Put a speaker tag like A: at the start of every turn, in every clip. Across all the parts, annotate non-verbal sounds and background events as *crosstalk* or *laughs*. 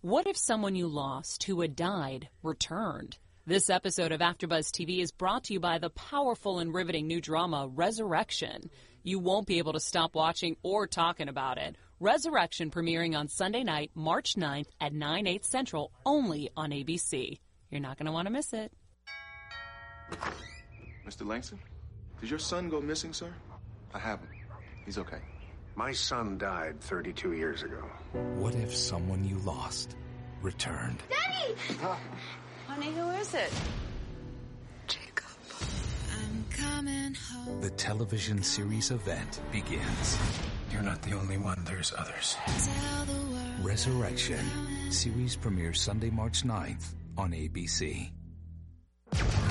A: What if someone you lost who had died returned? This episode of AfterBuzz TV is brought to you by the powerful and riveting new drama Resurrection. You won't be able to stop watching or talking about it. Resurrection premiering on Sunday night, March 9th at 9 8 Central, only on ABC. You're not going to want to miss it.
B: Mr. Langston, did your son go missing, sir? I have him. He's okay.
C: My son died 32 years ago.
D: What if someone you lost returned?
E: Daddy!
F: Honey, who is it?
E: Jacob. I'm coming home.
D: The television series event begins.
C: You're not the only one, there's others.
E: Tell the world.
D: Resurrection. Series premieres Sunday, March 9th on ABC.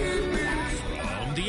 G: From the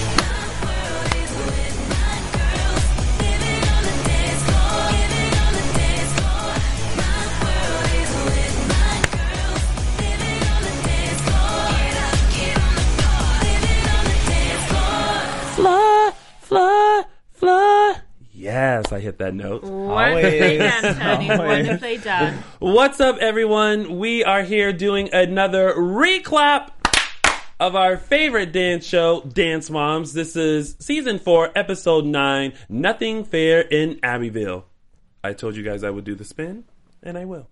H: Fly, fly, fly. Yes, I hit that
I: *laughs*
H: note.
F: One play done, honey. One
H: Always.
F: play done.
H: What's up, everyone? We are here doing another reclap of our favorite dance show, Dance Moms. This is season four, episode nine, Nothing Fair in Abbeville. I told you guys I would do the spin, and I will.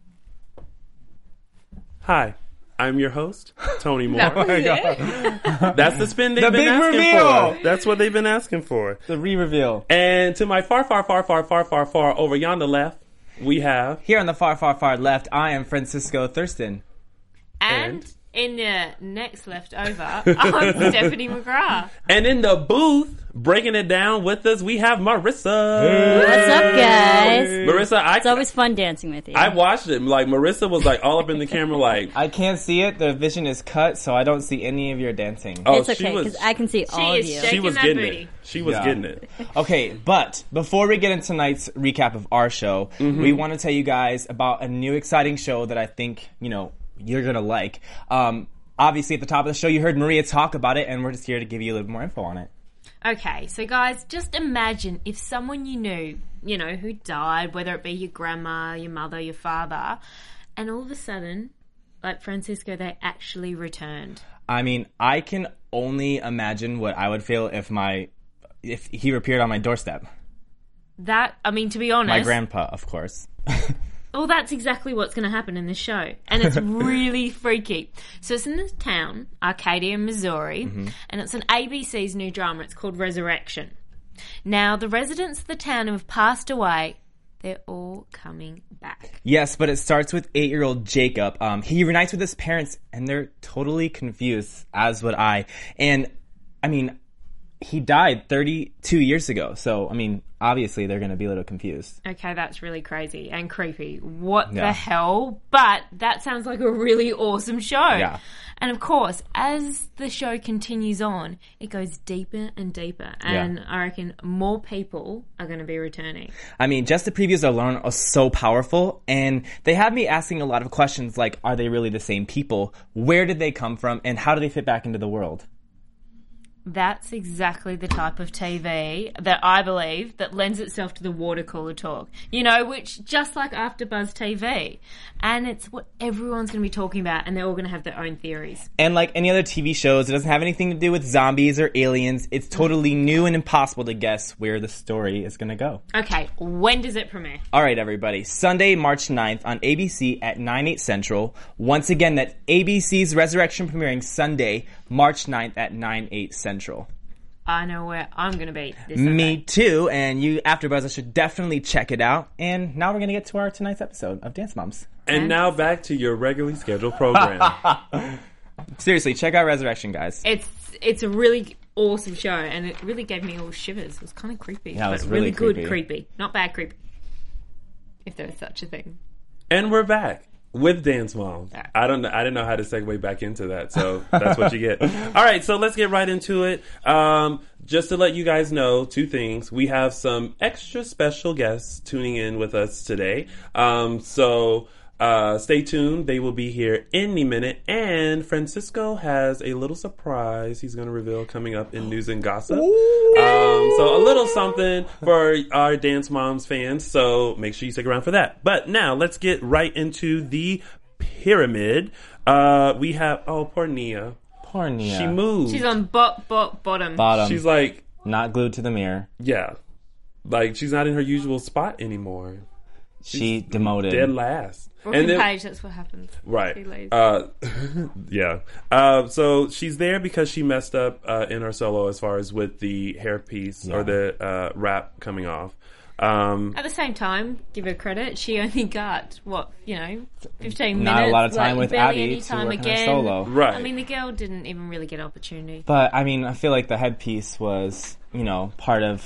H: Hi. I'm your host,
I: *laughs*
H: Tony Moore. *laughs* That's the spin they've
I: Oh The
H: been
I: big
H: asking
I: reveal!
H: for. That's what they've been asking for.
I: The re-reveal.
H: And to my far, far, far, far, far, far, far over yonder left, we have
I: Here on the far, far, far left, I am Francisco Thurston.
F: And in the next leftover, *laughs* I'm Stephanie McGrath.
H: and in the booth breaking it down with us, we have Marissa.
J: What's up, guys?
H: Marissa, I
J: It's always fun dancing with you. Oh,
H: I watched it. Like Marissa was like all up in the camera, like
I: I can't see it. The vision is cut, so I don't see any of your dancing.
H: oh,
J: it's okay
H: she was
J: because I can see all of
F: is
J: you.
F: shaking
H: she was
F: that
H: getting
F: booty.
H: it. She was
I: Yeah.
H: getting it.
I: Okay, but before we get into tonight's recap of our show, we want to tell you guys about a new exciting show that I think, you know, you're going to like. Um, obviously, at the top of the show, you heard Maria talk about it, and we're just here to give you a little more info on it.
F: Okay, so guys, just imagine if someone you knew, you know, who died, whether it be your grandma, your mother, your father, and all of a sudden, like Francisco, they actually returned.
I: I mean, I can only imagine what I would feel if my if he appeared on my doorstep.
F: That, I mean, to be honest,
I: My grandpa, of course.
F: Well, that's exactly what's going to happen in this show.
I: *laughs*
F: And it's really freaky. So it's in this town, Arcadia, Missouri,
I: Mm-hmm.
F: and it's an ABC's new drama. It's called Resurrection. Now, the residents of the town who have passed away, they're all coming back.
I: Yes, but it starts with eight year old Jacob. Um, he reunites with his parents and they're totally confused, as would I. And I mean, he died 32 years ago. So, I mean, obviously they're going to be a little confused.
F: Okay, that's really crazy and creepy. What the
I: Yeah.
F: hell? But that sounds like a really awesome show.
I: Yeah.
F: And of course, as the show continues on, it goes deeper and deeper. And I reckon more people are going to be returning.
I: I mean, just the previews alone are so powerful. And they have me asking a lot of questions like, are they really the same people? Where did they come from? And how do they fit back into the world?
F: That's exactly the type of TV that I believe that lends itself to the water cooler talk. You know, which just like After Buzz TV, and it's what everyone's going to be talking about, and they're all going to have their own theories.
I: And like any other TV shows, it doesn't have anything to do with zombies or aliens. It's totally new and impossible to guess where the story is going to go.
F: Okay, when does it premiere?
I: All right, everybody. Sunday, March 9th on ABC at 9, 8 central. Once again, that's ABC's Resurrection premiering Sunday, March 9th at 9, 8 central.
F: I know where I'm going to be. This
I: Me too, and you AfterBuzzer should definitely check it out. And now we're gonna get to our tonight's episode of Dance Moms.
H: And now back to your regularly
I: *laughs*
H: scheduled program.
I: Seriously, check out Resurrection, guys.
F: It's it's a really awesome show, and it really gave me all shivers. It was kind of creepy,
I: Yeah, it was
F: but
I: really
F: really, good
I: creepy.
F: creepy. not bad creepy, if there is such a thing.
H: and we're back with Dance Moms. I don't know. I didn't know how to segue back into that, so that's what
I: *laughs*
H: you get. All right, so let's get right into it. Um, just to let you guys know, two things: we have some extra special guests tuning in with us today. Um, so. Uh, stay tuned. They will be here any minute. And Francisco has a little surprise he's going to reveal coming up in news and gossip. Um, so a little something for our Dance Moms fans. So make sure you stick around for that. But now let's get right into the pyramid. Uh, we have oh poor Nia.
I: Poor Nia.
H: She moved.
F: She's on bot bot bottom.
I: Bottom.
H: She's like
I: not glued to the mirror.
H: Yeah, like she's not in her usual spot anymore.
I: She demoted.
H: Dead last.
F: Brooklyn Page. That's what happens. She
H: Right.
F: lays-
H: Uh, *laughs* yeah. Uh, so she's there because she messed up uh, in her solo as far as with the hairpiece or the uh, wrap coming off. Um,
F: At the same time, give her credit. She only got what you know, fifteen
I: Not a
F: minutes.
I: lot of time
F: like,
I: with
F: barely
I: Abby
F: any
I: to
F: time
I: work on her
F: again.
I: solo. Right.
F: I mean, the girl didn't even really get an opportunity.
I: But I mean, I feel like the headpiece was, you know, part of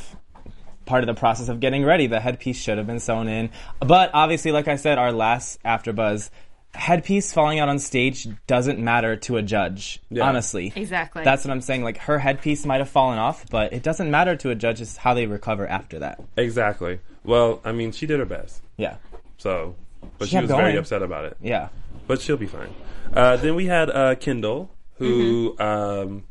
I: part of the process of getting ready. The headpiece should have been sewn in. But obviously, like I said, our last AfterBuzz headpiece falling out on stage doesn't matter to a judge.
F: Yeah.
I: Honestly,
F: Exactly.
I: That's what I'm saying. Like her headpiece might have fallen off, but it doesn't matter to a judge. It's how they recover after that.
H: exactly. Well, I mean, she did her best.
I: Yeah.
H: So, but
I: She
H: she,
I: kept
H: was very
I: going.
H: upset about it.
I: Yeah.
H: But she'll be fine. Uh, then we had uh, Kendall,
F: Mm-hmm.
H: who um,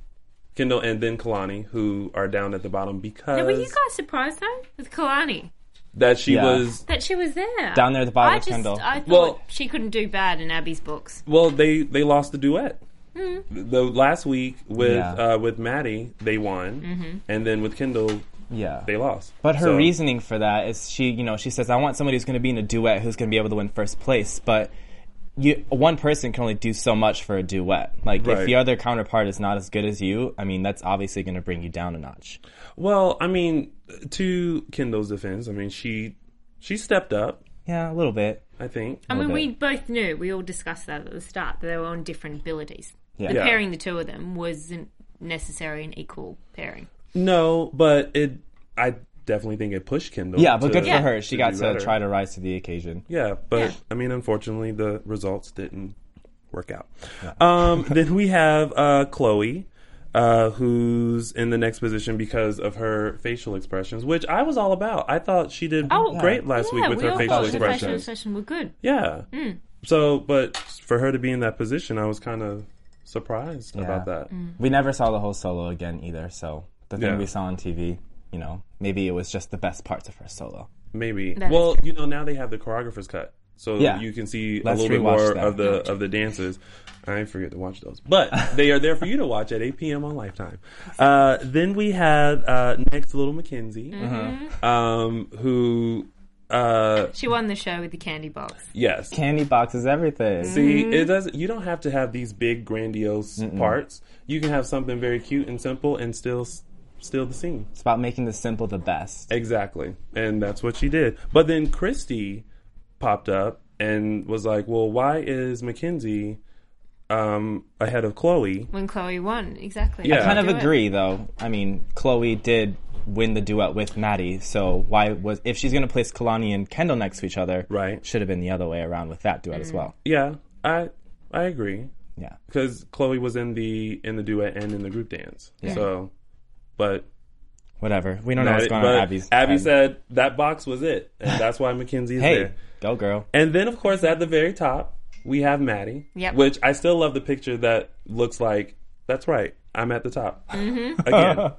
H: Kendall and then Kalani, who are down at the bottom because
F: Now, were you guys surprised though with Kalani
H: that she
I: Yeah.
H: was
F: that she was there
H: Down there at the bottom
F: I
H: of
F: just,
H: Kendall.
F: I thought
H: Well-
F: she couldn't do bad in Abby's books.
H: Well, they they lost the duet.
F: Mm.
H: The last week with
I: Yeah.
H: uh, with Maddie, they won,
I: Mhm.
H: and then with Kendall,
I: yeah,
H: they lost.
I: But her
H: So-
I: reasoning for that is she, you know, she says, I want somebody who's going to be in a duet who's going to be able to win first place. But you, one person can only do so much for a duet. Like, if
H: Right.
I: the other counterpart is not as good as you, I mean, that's obviously going to bring you down a notch.
H: Well, I mean, to Kendall's defense, I mean she she stepped up.
I: Yeah, a little bit.
H: I think.
F: I
K: Um,
F: mean, we both knew we all discussed that at the start that they were on different abilities.
H: Yeah.
F: And
H: Yeah.
F: pairing the two of them wasn't necessary an equal pairing.
H: no, but it. I definitely think it pushed Kendall.
I: Yeah, but
H: to-
I: good for her. She got
H: do
I: to
H: better.
I: try to rise to the occasion.
H: Yeah, but I mean, unfortunately, the results didn't work out. Um, then we have uh, Chloe, uh, who's in the next position because of her facial expressions, which I was all about. I thought she did great last
F: Oh, yeah,
H: week with
F: we
H: her
F: all
H: facial
F: thought the
H: expressions.
F: facial expression were good.
H: Yeah.
F: Mm.
H: So, but for her to be in that position, I was kind of surprised about that.
F: Mm.
I: We never saw the whole solo again either. So the thing
H: Yeah.
I: we saw on TV, you know, maybe it was just the best parts of her solo.
H: Maybe.
I: That is
H: well, you know, now they have the choreographer's cut, so
I: Yeah.
H: you can see
I: Let's
H: a little bit
I: rewatch
H: more
I: that.
H: of the of the dances. I forget to watch those, but they are there for you to watch at 8 p.m. on Lifetime. Uh, then we had uh, next little Mackenzie,
I: Mm-hmm.
F: Mhm.
H: um, who. Uh,
F: She won the show with the candy box. Mm.
H: Yes.
I: Candy boxes, everything.
H: See,
I: Mm-hmm.
H: it doesn't. You don't have to have these big, grandiose
I: Mm-mm.
H: parts. You can have something very cute and simple, and still, s- still the scene.
I: It's about making the simple the best.
H: Uh, Exactly, and that's what she did. But then Christy popped up and was like, "Well, why is Mackenzie um, ahead of Chloe?"
F: When Chloe won, exactly.
I: I kind of
F: Do it.
I: agree, though. I mean, Chloe did win the duet with Maddie, so why was if she's going to place Kalani and Kendall next to each other,
H: right?
I: Should have been the other way around with that duet
K: Mm.
I: as well.
H: Yeah, I I agree.
I: Yeah,
H: because Chloe was in the in the duet and in the group dance.
I: Yeah.
H: So, but
I: Whatever. We don't know what's going on
H: but
I: Abby's
H: Abby
I: head.
H: said that box was it, and that's why Mackenzie is
I: Hey,
H: there.
I: Go girl.
H: And then, of course, at the very top, we have Maddie.
I: Yep.
H: Which I still love the picture that looks like, that's right, I'm at the top.
F: Mhm.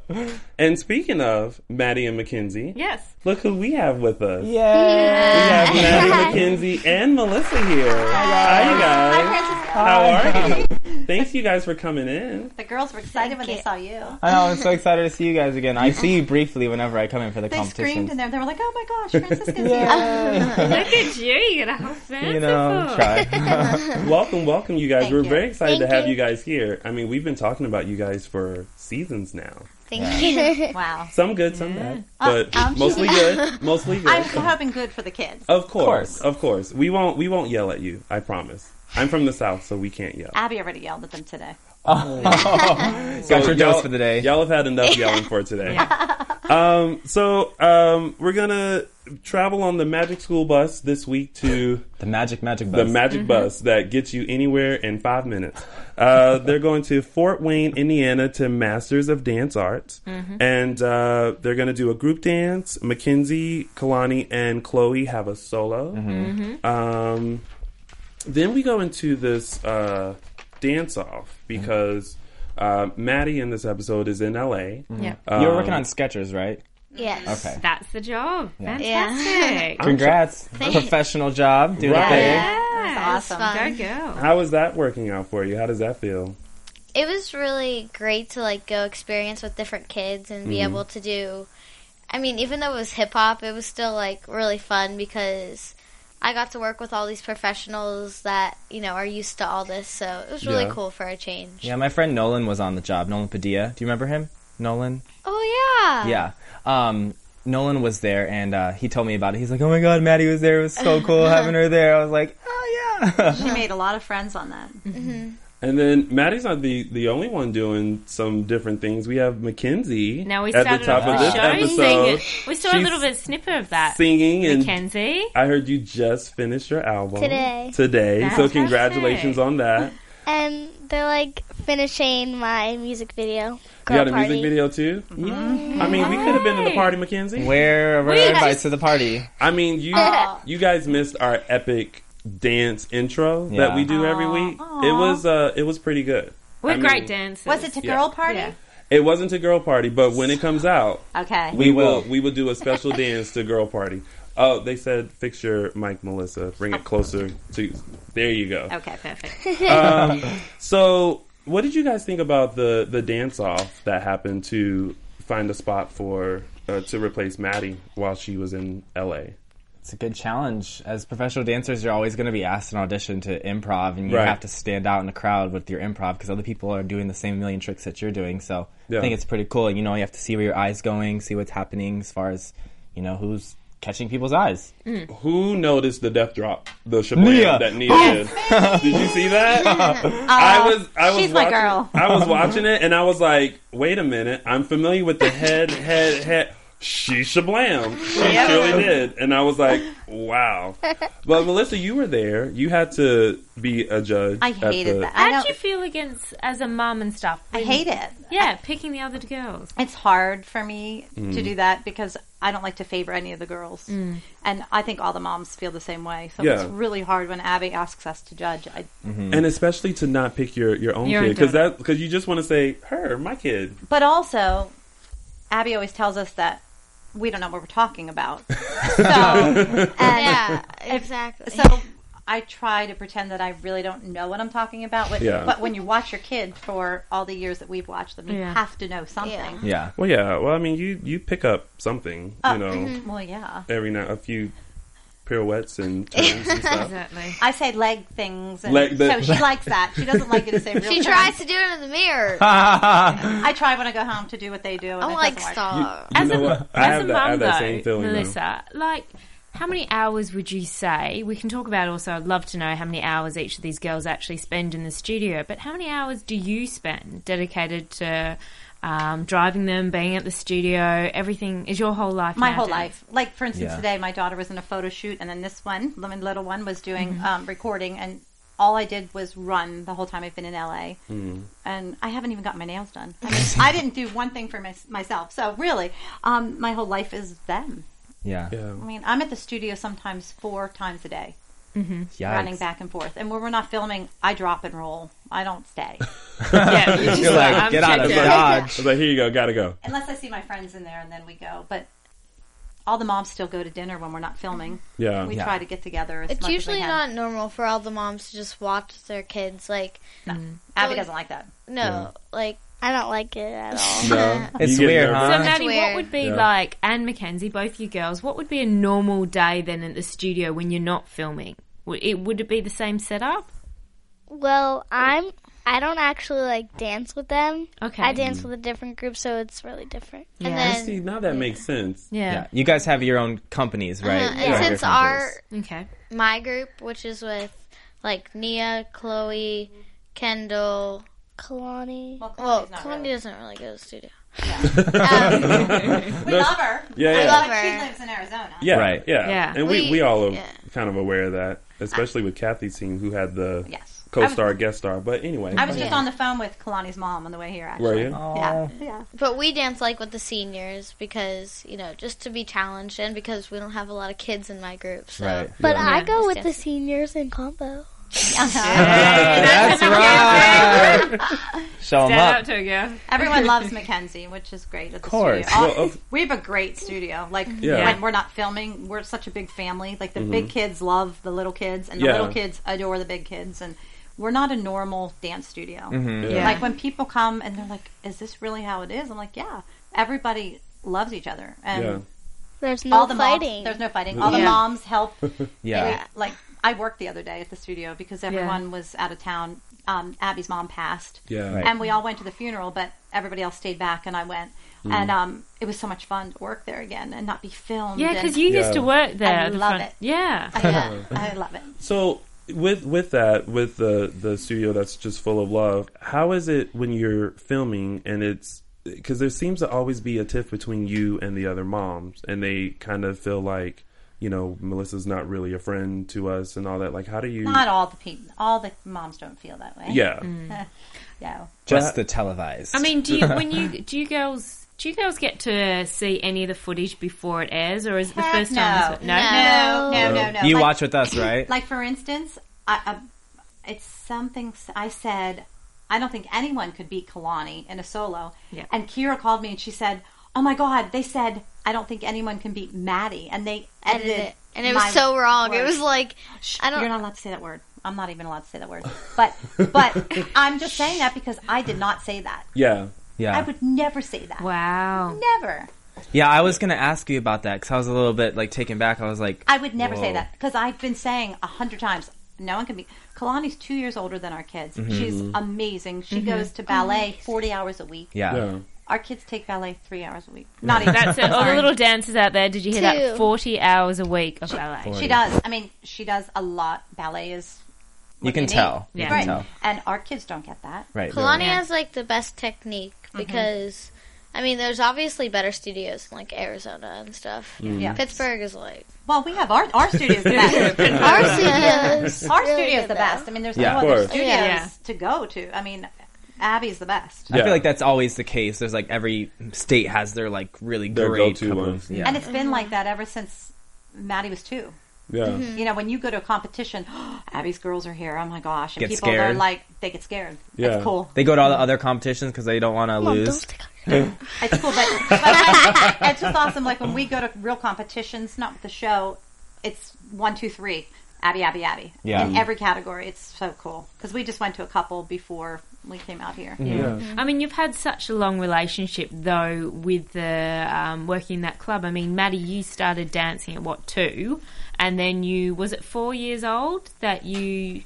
H: *laughs* Again. and speaking of Maddie and Mackenzie,
F: Yes.
H: look who we have with us.
I: Yeah.
H: We
F: *laughs*
H: have Maddie, McKenzie, and Melissa here. Hi, you guys.
I: Hi.
H: How are you? Thanks, you guys, for coming in.
K: The girls were excited when they saw you.
I: I know. I'm so excited to see you guys again. I see you briefly whenever I come in for the
K: They
I: competition.
K: screamed in there. They were like, "Oh my gosh, Francisca's here!"
F: Look at you, you got a whole fancy
H: You know,
F: book.
H: try. welcome, welcome, you guys.
F: Thank
H: We're
F: you.
H: very excited
F: Thank
H: to have
F: you.
H: you. guys here. I mean, we've been talking about you guys for seasons now.
L: Thank
H: Yeah.
L: you. wow.
H: Some good, some bad,
K: Uh,
H: but
K: um,
H: mostly
K: yeah.
H: good. Mostly good.
K: I'm hoping good for the kids.
H: Of course, of course. We won't. We won't yell at you. I promise. I'm from the south, so we can't yell.
K: Abby already yelled at them today.
I: Got your dose
H: y'all-
I: for the day.
H: Y'all have had enough yelling
F: *laughs*
H: for today. Um, so um, we're gonna travel on the Magic School Bus this week to
I: the Magic Magic
H: the
I: Bus.
H: Magic
F: Mm-hmm.
I: Mhm.
H: Bus that gets you anywhere in five minutes.
F: *laughs*
H: Uh, they're going to Fort Wayne, Indiana, to Masters of Dance Arts,
F: Mm-hmm.
M: Mhm.
H: and uh, they're gonna do a group dance. Mackenzie, Kalani, and Chloe have a solo.
M: Mhm.
H: Um, then we go into this uh, dance off because uh, Maddie in this episode is in LA.
F: Yeah.
I: You were working on Skechers, right?
L: Yes.
I: Okay.
F: That's the job.
I: Yeah.
F: Fantastic.
I: Congrats.
F: Thank you.
I: Professional job. Doing
H: Right.
I: a thing.
F: Yes.
L: awesome. fun.
F: Go go.
H: How is that working out for you? How does that feel?
L: It was really great to like go experience with different kids and be
H: Mhm.
L: able to do. I mean, even though it was hip hop, it was still like really fun because I got to work with all these professionals that you know are used to all this. So it was really
I: Yeah.
L: cool for a change.
I: Yeah, my friend Nolan was on the job. Nolan Padilla. Do you remember him? Nolan?
L: Oh yeah.
I: yeah. Um, Nolan was there and uh, he told me about it. He's like, oh my God, Maddie was there. It was so cool having her there. I was like, "Oh,
L: *laughs*
I: *laughs*
K: she made a lot of friends on that.
H: And then Maddie's not the, the only one doing some different things. We have Mackenzie
F: Now we
H: at
F: started
H: the top
F: off
H: of
F: the
H: this
F: show
H: episode.
F: singing. We saw a
H: She's
F: little bit snipper of that.
H: singing and
F: Mackenzie.
H: I heard you just finished your album
L: Today.
H: Today,
L: That's
H: so congratulations on that.
L: And they're like finishing my music video.
H: you got
L: party.
H: a
L: Mm-hmm.
H: music video too. I mean, we could have been to the party, Mackenzie.
I: Where were
H: We
I: our invites
H: just-
I: to the party?
H: I
L: *laughs*
H: mean, you you guys missed our epic dance intro that
I: Yeah.
H: we do every week. It was uh, it was pretty good.
F: We're
H: I mean,
F: great dancers.
K: Was it to
H: Yeah.
K: girl party?
H: It wasn't a girl party, but when it comes out,
K: Okay.
H: we will we will do
L: *laughs*
H: a special dance to girl party. Oh, they said fix your mic, Melissa. Bring it closer to. There you go.
F: Okay, perfect.
H: Um, so, what did you guys think about the the dance off that happened to find a spot for uh, to replace Maddie while she was in L.A.
I: It's a good challenge. As professional dancers, you're always going to be asked an audition to improv, and you
H: Right.
I: have to stand out in the crowd with your improv because other people are doing the same million tricks that you're doing. So
H: Yeah.
I: I think it's pretty cool. You know, you have to see where your eyes going, see what's happening as far as you know who's catching people's eyes.
F: Mm.
H: Who noticed the death drop, the shablam that Nia did? did you see that? I was I was
K: she's my
H: watching,
K: girl.
H: I was watching it and I was like, wait a minute, I'm familiar with the head head head. She shablam. She
M: Yeah.
H: surely did, and I was like, wow. But Melissa, you were there. You had to be a judge.
F: I
H: at the-
F: How do you feel against as a mom and stuff?
K: I hate it.
F: Yeah, picking the other girls.
K: It's hard for me to
H: Mm.
K: do that because I don't like to favor any of the girls.
F: Mm.
K: And I think all the moms feel the same way. So
H: Yeah.
K: it's really hard when Abby asks us to judge. I,
H: And especially to not pick your, your own
K: Your
H: kid
K: own
H: because
K: daughter.
H: that because you just want to say her my kid
K: But also, Abby always tells us that we don't know what we're talking about. So, and
L: Yeah, exactly.
K: So I try to pretend that I really don't know what I'm talking about. But,
H: Yeah.
K: but when you watch your kid for all the years that we've watched them, you
F: Yeah.
K: have to know something.
I: Yeah.
H: *laughs* Well, yeah. Well, I mean, you you pick up something,
K: Oh,
H: you know.
K: mhm. Well, yeah.
H: Every now a few
K: *laughs*
H: pirouettes and turns and stuff.
K: I say leg things, and
H: Leg- the-
K: so she likes that. She doesn't like you to say. Real
L: She
K: terms.
L: tries to do it in the mirror.
K: I try when I go home to do what they do. And
L: I'm
K: it
L: like,
K: doesn't work.
L: stop.
H: You
F: as
H: know
F: a,
H: what? I
F: as
H: have
F: a
H: that- I
F: mum,
H: have that
F: though,
H: same feeling, though.
F: Melissa, like, how many hours would you say? We can talk about also, I'd love to know how many hours each of these girls actually spend in the studio, but how many hours do you spend dedicated to um, driving them, being at the studio, everything? Is your whole life
K: My whole
F: nowadays?
K: life. Like for instance,
F: Yeah.
K: today my daughter was in a photo shoot, and then this one, the little one, was doing
F: Mm-hmm.
K: um, recording, and all I did was run the whole time I've been in LA.
H: Hmm.
K: and I haven't even got my nails done. I, mean, I didn't do one thing for my, myself. So really, um, my whole life is them.
I: Yeah.
K: I mean, I'm at the studio sometimes four times a day,
F: Mm-hmm.
K: running back and forth. And when we're not filming, I drop and roll. I don't
F: *laughs*
K: stay
I: Yeah, You're just like, like, I'm "Get out of checked out." Dodge.
H: I was like, here you go, gotta go.
K: unless I see my friends in there, and then we go. But all the moms still go to dinner when we're not filming.
H: Yeah.
K: we
H: Yeah.
K: try to get together. As
L: It's
K: much
L: usually
K: as we
L: not normal for all the moms to just watch their kids. Like,
K: Abby
L: Well,
K: doesn't like that.
L: No,
K: Yeah.
L: like I don't like it at
H: *laughs*
L: all.
I: No. It's weird, huh?
F: So, Maddie, what
L: weird.
F: would be
I: Yeah.
F: like, and Mackenzie, both you girls, what would be a normal day then at the studio when you're not filming? Would it, would it be the same setup?
M: Well, I'm. I don't actually like dance with them.
F: Okay.
M: I dance with a different group, so it's really different. And
H: I
M: then
H: see. Now that makes sense.
F: Yeah.
I: You guys have your own companies, right?
L: Uh-huh.
I: You have
L: And since
I: different
L: our
I: groups.
F: okay
L: my group, which is with like Nia, Chloe, Kendall,
M: Kalani.
L: Well, well Kalani doesn't really go to the studio.
H: We love
K: her.
H: Yeah, yeah.
L: I love her.
K: She lives in Arizona.
H: Yeah.
I: Right.
H: Yeah.
K: Yeah.
H: And we,
K: We-
H: we all are
K: yeah.
H: kind of aware of that, especially with Kathy's team, who had the
K: Yes.
H: co star, guest star. But anyway.
K: I was just on the phone with Kalani's mom on the way here. Actually.
H: Were you?
I: Oh.
K: Yeah. Yeah.
L: But we dance like with the seniors because you know just to be challenged and because we don't have a lot of kids in my group. So.
I: Right.
M: But
L: Yeah.
M: I go
L: Let's
M: with
L: dance.
M: the seniors in combo.
I: That's right. Show 'em up.
K: Everyone loves Mackenzie, which is great. At the
I: course.
K: studio. All-
I: Well, of-
K: we have a great studio. Like
I: Yeah.
K: when we're not filming, we're such a big family. Like the big
I: Mhm.
K: kids love the little kids, and the
I: Yeah.
K: little kids adore the big kids. And we're not a normal dance studio.
I: Mhm. Yeah.
K: Like when people come and they're like, "Is this really how it is?" I'm like, "Yeah." Everybody loves each other, and
I: Yeah.
M: There's
K: all
M: no
K: the Moms,
M: fighting.
K: there's no fighting. All the
M: Yeah.
K: moms help.
I: Yeah.
K: They- like I worked the other day at the studio because everyone was out of town. Um, Abby's mom passed.
H: Yeah.
K: And we all went to the funeral, but everybody else stayed back, and I went.
H: Mm.
K: And um, it was so much fun to work there again and not be filmed.
F: Yeah,
K: and-
F: because you used to work there.
K: I
F: at the
K: love
F: front.
K: it.
F: Yeah.
K: *laughs* I love it.
H: So with with that with the the studio that's just full of love, how is it when you're filming and it's because there seems to always be a tiff between you and the other moms, and they kind of feel like you know Melissa's not really a friend to us and all that. Like, how do you?
K: Not Mm. all the people, all the moms don't feel that way.
H: Yeah.
K: no.
I: Just the televised.
F: I mean, do you when
H: *laughs*
F: you do you girls do you girls get to see any of the footage before it airs, or is it the
K: Heck
F: first time? this-
K: no. No, no, no, no.
I: You
K: Like-
I: watch with
K: *laughs*
I: us, right?
K: Like for instance, I, I, it's something s- I said. I don't think anyone could beat Kalani in a solo.
F: Yeah.
K: And Kira called me and she said, "Oh my God!" They said, "I don't think anyone can beat Maddie," and they edited,
L: Edited it. And it was so wrong. It was like,
K: I don't. You're not allowed to say that word. I'm not even allowed to say that word. But but
H: *laughs*
K: I'm just saying that because I did not say that.
H: Yeah.
I: Yeah.
K: I would never say that.
F: Wow.
K: Never.
I: Yeah, I was gonna ask you about that because I was a little bit like taken back. I was like,
K: I would never say
I: whoa.
K: that because I've been saying a hundred times. No one can be. Kalani's two years older than our kids.
I: Mhm.
K: She's
H: Mm-hmm.
K: amazing. She
F: Mhm.
K: goes to ballet forty hours a week.
I: Yeah.
H: Yeah.
K: Our kids take ballet three hours a week. Not even.
F: That's it. All the
K: Sorry.
F: little dancers out there. Did you hear
K: Two.
F: that? Forty hours a week of ballet.
K: She does. I mean, she does a lot. Ballet is.
I: You can
K: need.
I: tell. You
K: right.
I: can tell.
K: And our kids don't get that.
I: Right.
L: Kalani has like the best technique
K: Mm-hmm.
L: because I mean, there's obviously better studios in like Arizona and stuff.
K: Mhm. Yeah.
L: Pittsburgh is like
K: Well, we have our *laughs* our
F: *laughs*
K: studio's the best.
L: Our studio's
K: our
L: really
K: studio's
L: good,
K: the
L: though.
K: best. I mean, there's
I: Yeah.
K: no
I: Of
K: other
I: course.
K: studios
L: Yeah.
K: to go to. I mean, Abby's the best.
I: I feel like that's always the case. There's like every state has their like really
H: Their
I: great
H: go-to
I: couple
H: ones.
I: of- yeah.
K: And it's been like that ever since Maddie was two.
H: Yeah.
F: Mm-hmm.
H: Mhm.
K: You know, when you go to a competition, *gasps* Abby's girls are here. Oh my gosh! And
I: Get
K: people are
I: scared.
K: like, they get scared.
I: yeah.
K: It's cool.
I: They go to all the other competitions because they don't want to
K: Mom,
I: lose.
K: It's cool, but, but it's just awesome. Like when we go to real competitions, not with the show, it's one, two, three, Abby, Abby, Abby.
F: Yeah.
H: um,
K: In every category, it's so cool because we just went to a couple before we came out here.
F: Yeah. I mean, you've had such a long relationship though with the um, working that club. I mean, Maddie, you started dancing at what two, and then you was it four years old that you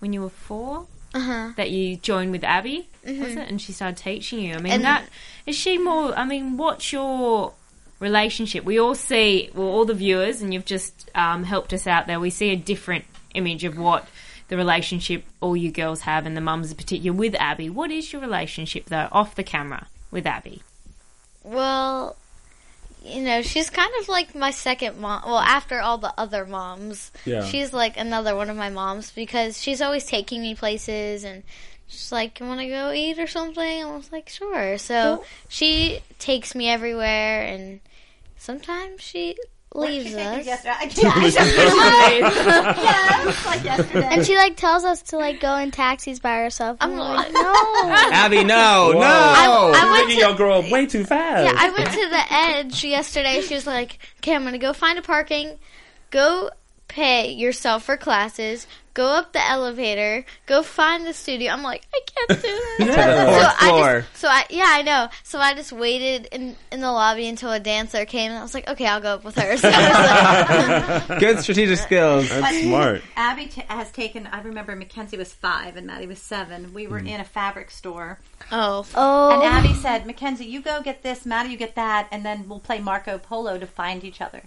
F: when you were 4 that you joined with Abby, was
L: Mhm.
F: it? And she started teaching you. I mean,
L: And-
F: that is she more? I mean, what's your relationship? We all see, well, all the viewers, and you've just um, helped us out there. We see a different image of what the relationship all you girls have, and the mums in particular with Abby. What is your relationship though, off the camera with Abby?
L: well, you know, she's kind of like my second mom. Well, after all the other moms,
F: Yeah.
L: she's like another one of my moms because she's always taking me places and she's like, "You want to go eat or something?" I was like, "Sure." So she takes me everywhere, and sometimes she leaves us. *laughs*
M: And she like tells us to like go in taxis by herself. I'm like, *laughs* Oh, no.
I: Abby,
H: Oh,
I: no, no.
L: I- I went
H: making y'all grow up way too fast.
L: Yeah, I went to the edge yesterday. She was like, "Okay, I'm gonna go find a parking, go pay yourself for classes, go up the elevator, go find the studio. I'm like, I
I: *laughs*
L: can't do this.
I: to the fourth floor.
L: So I yeah I know. So I just waited in in the lobby until a dancer came, and I was like, okay, I'll go up with her. *laughs* So
I: *laughs* Good strategic skills.
K: But Abby t- has taken. I remember Mackenzie was five and Maddie was seven. We were
I: Mm.
K: in a fabric store.
L: Oh,
M: oh!
K: And Abby said, "Mackenzie, you go get this. Maddie, you get that, and then we'll play Marco Polo to find each other."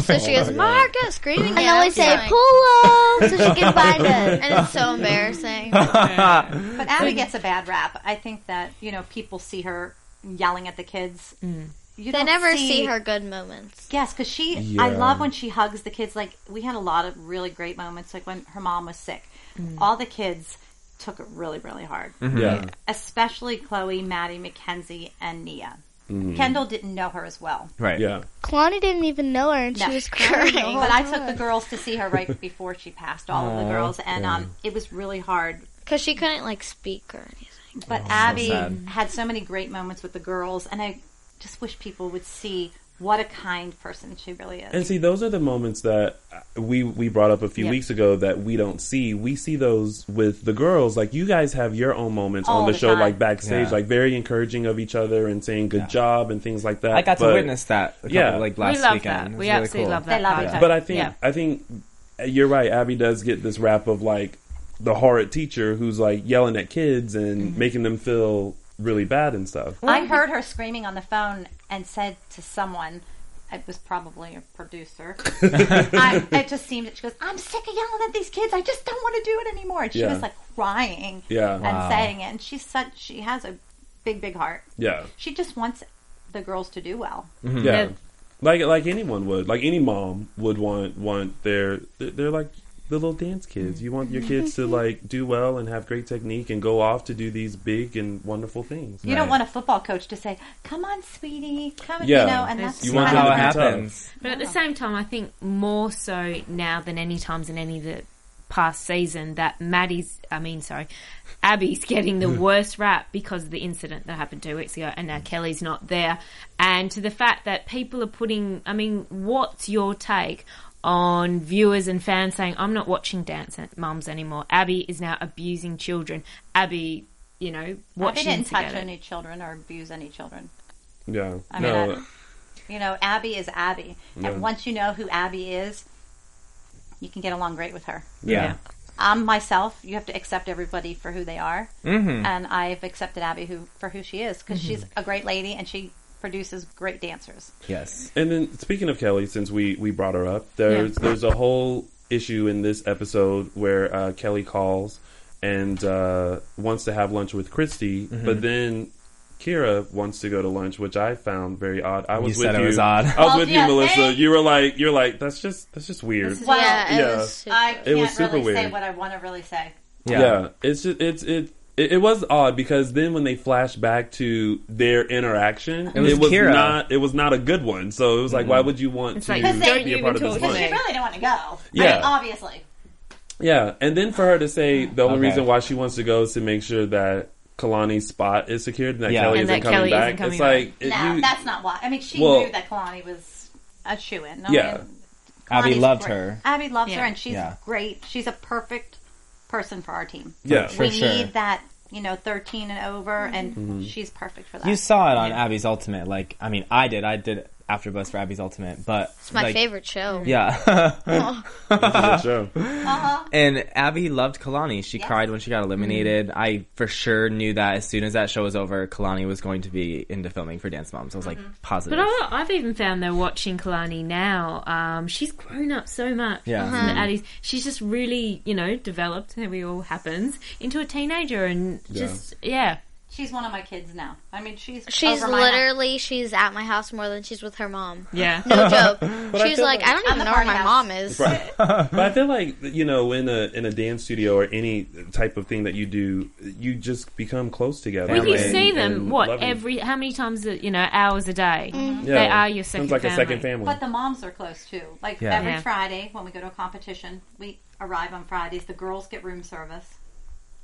L: so she
I: Oh,
L: goes, Marco, screaming.
M: And then we say,
L: pull
M: up, so she can
L: *laughs*
M: find us.
L: And it's
I: *laughs*
L: so embarrassing.
K: But Abby gets a bad rap. I think that you know people see her yelling at the kids.
L: Mm.
K: You
L: they
K: don't
L: never see... her good moments.
K: Yes, because she.
L: Yeah.
K: I love when she hugs the kids. Like we had a lot of really great moments. Like when her mom was sick,
L: Mm. Mm-hmm.
K: all the kids took it really, really hard.
H: Mhm. Yeah.
K: Especially Chloe, Maddie, Mackenzie, and Nia.
L: Mm-hmm.
H: Mhm.
K: Kendall didn't know her as well.
I: Right.
H: Yeah.
M: Kalani didn't even know her, and
K: No.
M: she
K: *laughs*
M: was crying. the
K: But
M: whole
K: I took the
M: time.
K: girls to see her right before she passed. All of
L: Aw,
K: the girls, and
L: yeah.
K: um, it was really hard.
L: Because she couldn't, like, speak or anything.
K: But
L: Oh, so
K: Abby
L: sad.
K: had so many great moments with the girls, and I just wish people would see what a kind person she really is.
H: And see, those are the moments that we we brought up a few
K: Yeah.
H: weeks ago that we don't see. We see those with the girls. Like you guys have your own moments
I: All
H: on the,
I: the
H: show,
I: time.
H: like backstage,
I: Yeah.
H: like very encouraging of each other and saying good job and things like that.
I: I got to
H: But-
I: witness that a couple- like, last We love weekend. that. It was We really absolutely cool. love that They love part. each other.
H: But I think
I: Yeah.
H: I think you're right. Abby does get this rap of like the horrid teacher who's like yelling at kids and making them feel really bad and stuff.
K: Mm-hmm. I heard her screaming on the phone and said to someone, it was probably a
H: *laughs*
K: producer. I, it just seemed she goes, "I'm sick of yelling at these kids. I just don't want to do it anymore." And she
H: Yeah.
K: was like crying,
H: Yeah.
K: and
H: Wow.
K: saying it. And she's such she has a big, big heart.
H: Yeah. Mm-hmm.
K: she just wants the girls to do well.
H: Yeah. Like like anyone would, like any mom would want want their they're, they're like the little dance kids. You want
K: Mm-hmm.
H: your kids to like do well and have great technique and go off to do these big and wonderful things.
K: You don't want a football coach to say, "Come on, sweetie, come,"
H: Yeah.
K: you know, and that's
H: You want
K: not-
H: them to be tough.
F: But at the same time, I think more so now than any times in any of the past season that Maddie's, I mean, sorry, Abby's getting the worst rap because of the incident that happened two weeks ago, and now Kelly's not there. And to the fact that people are putting, I mean, what's your take? On viewers and fans saying, I'm not watching Dance Mums anymore. Abby is now abusing children. Abby, you know, what
K: Abby
F: she
K: didn't
F: needs to
K: touch
F: get it.
K: any children or abuse any children.
H: Yeah.
K: I mean,
H: no.
K: You know, Abby is Abby,
H: Yeah.
K: and once you know who Abby is, you can get along great with her.
I: Yeah.
K: I'm myself. You have to accept everybody for who they are,
H: Mm-hmm.
I: Mhm.
K: and I've accepted Abby who for who she is because
I: Mhm.
K: she's a great lady and she produces great dancers.
I: Yes.
H: And then speaking of Kelly, since we we brought her up, there's
K: Yeah.
H: there's a whole issue in this episode where uh, Kelly calls and uh, wants to have lunch with Christy,
I: Mhm.
H: but then. Kira wants to go to lunch, which I found very odd. I
I: You
H: was
I: said
H: with
I: it
H: you. Oh,
I: was odd. *laughs*
H: I was
I: Well,
H: with
I: yeah,
H: you, Melissa.
I: hey.
H: You were like, you're like, that's just that's just weird.
K: Well, I can't
H: It was super
K: really say
H: weird.
K: what I want to really say.
H: Yeah. it's just it's it. It it was odd because then when they flashed back to their interaction,
I: It was Kira. Mm-hmm.
H: not it was not a good one. So it was like, why would you want
K: It's
H: to
K: like,
H: be a
K: because
H: part
K: they
H: of this
K: because she
H: lunch?
K: really don't want to go. I mean,
H: Yeah.
K: obviously.
H: Yeah, and then for her to say the only
I: Okay.
H: reason why she wants to go is to make sure that Kalani's spot is secured and that
I: Yeah.
H: Kelly
I: And
H: isn't
I: that
H: coming
I: Kelly
H: back.
I: isn't coming
H: it's
I: back.
H: like it-
K: no,
H: you-
K: that's not why. I mean, she
H: Well-
K: knew that Kalani was a shoe in.
H: yeah,
I: Abby loved
K: great.
I: her.
K: Abby loves her,
I: Yeah.
K: and she's
I: Yeah.
K: great. She's a perfect person for our team.
I: *laughs* Yeah,
K: we
H: *laughs*
I: for sure.
K: need that. You know, thirteen and over,
M: Mm-hmm.
K: and
I: Mhm.
K: she's perfect for that.
I: You saw it on Abby's Ultimate. Like, I mean, I did. I did AfterBuzz for Abby's Ultimate, but
L: It's my
I: like,
L: favorite show.
I: Yeah.
K: *laughs*
I: *laughs*
L: Oh.
H: show.
L: Uh-huh.
I: And Abby loved Kalani. She cried when she got eliminated.
K: Mm-hmm.
I: I for sure knew that as soon as that show was over, Kalani was going to be into filming for Dance Moms. I was like
K: Mm-hmm.
I: positive.
F: But
M: uh,
F: I, I've even found though watching Kalani now, um, she's grown up so much.
I: Yeah.
M: uh-huh.
F: from
I: Mhm.
F: the Addis. she's just really, you know, developed. and we all happens into a teenager and
L: Yeah.
F: just yeah.
K: She's one of my kids now. I mean, she's
L: She's
K: over my head.
L: literally she's at my house more than she's with her mom.
F: Yeah.
L: no joke.
H: I
L: she's
H: feel
L: like, I don't
K: I'm
L: even
K: the
L: know where
K: party
L: my
K: house.
L: mom is.
H: Right. but I feel like you know, in a in a dance studio or any type of thing that you do, you just become close together.
F: Well, you
H: and-
F: *laughs* see them
H: and
F: what
H: loving.
F: every how many times uh, you know hours a day?
H: Yeah.
F: They are your second
H: Sounds like a
F: family.
H: second family.
K: But the moms are close too. Like
H: Yeah.
K: every
H: Yeah.
K: Friday when we go to a competition, we arrive on Fridays. The girls get room service.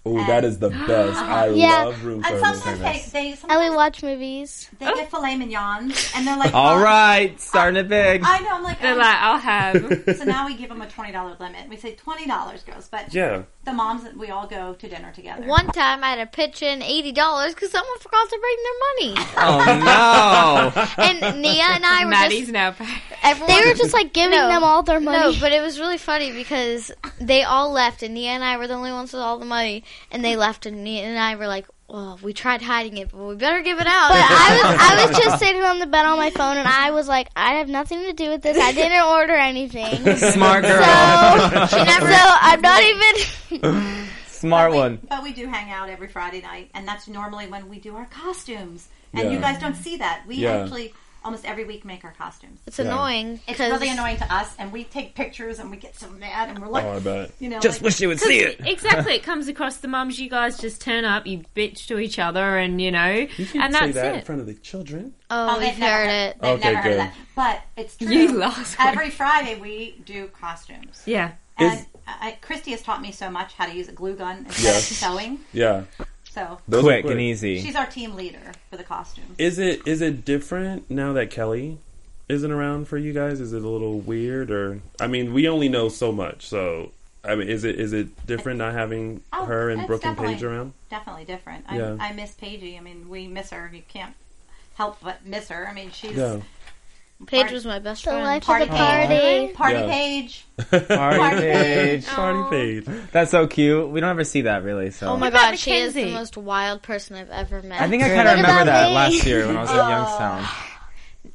H: Oh, that is
K: *gasps*
H: the best. I
M: Yeah.
H: love room
K: And
H: service.
K: sometimes they, they
M: I
K: sometimes
M: would watch movies.
K: they get filet mignons, and they're
H: *laughs*
K: like,
I: All
K: "Oh,
I: right, starting to big.
K: I know. I'm like, "Um,
F: They're like, I'll
H: *laughs*
F: have.
K: *laughs* So now we give them a twenty dollar limit. We say twenty dollars, girls, but
I: Yeah.
K: the moms we all go to dinner together.
L: One time I had to pitch in eighty dollars because someone forgot to bring their money.
I: Oh no!
L: and Nia and I were
F: Maddie's
L: just
F: now.
L: everyone,
M: They were just, like, giving them all their money.
L: No, but it was really funny because they all left, and Nia and I were the only ones with all the money, and they left, and Nia and I were like, "Well, we tried hiding it, but we better give it out."
M: But I was I was
L: *laughs*
M: just sitting on the bed on my phone, and I was like, I have nothing to do with this. I
L: *laughs*
M: didn't order
K: *laughs*
M: anything.
I: Smart girl.
M: So, so I'm not even.
I: Smart one.
K: But we do hang out every Friday night, and that's normally when we do our costumes. And you
I: Yeah.
K: guys don't see that. We
I: Yeah.
K: actually almost every week make our costumes.
L: *laughs* It's Yeah. annoying
K: It's
L: 'cause-
K: really annoying to us, and we take pictures, and we get so mad, and we're like,
H: Oh, I bet.
K: you know,
H: Just
K: like-
H: wish you would see it.
F: *laughs* exactly. It comes across the mums. You guys just turn up. You bitch to each other, and you know, and
H: Say
F: that's
H: that in
F: it.
H: front of the children.
L: Oh,
K: they've
L: we've
K: never
L: heard
K: heard-
L: it.
K: they've
H: Okay,
K: never heard
H: good.
K: that. But it's true.
F: *laughs* You lost one.
K: Every Friday we do costumes.
F: Yeah.
K: And
H: Is-
K: I, Christy has taught me so much how to use a glue gun instead
H: Yes.
K: of sewing.
H: Yeah.
K: So
H: Those are
I: Quick and easy.
K: She's our team leader for the costumes.
H: Is it is it different now that Kelly isn't around for you guys? Is it a little weird or I mean, we only know so much, so I mean, is it is it different not having
K: Oh,
H: her and
K: it's
H: Brooke and Paige
K: definitely-
H: around?
K: Definitely different. I,
H: Yeah.
K: I miss Paigey. I mean, we miss her. You can't help but miss her. I mean, she's
H: Yeah.
L: Paige was my best
M: The
L: friend.
M: life of the party.
K: Party
I: Yeah.
K: Paige.
I: Party page.
L: Party
H: page.
I: That's so cute. We don't ever see that really. So.
L: Oh my god, she is the most wild person I've ever met.
I: I think I kind of remember that last year when I was in Youngstown.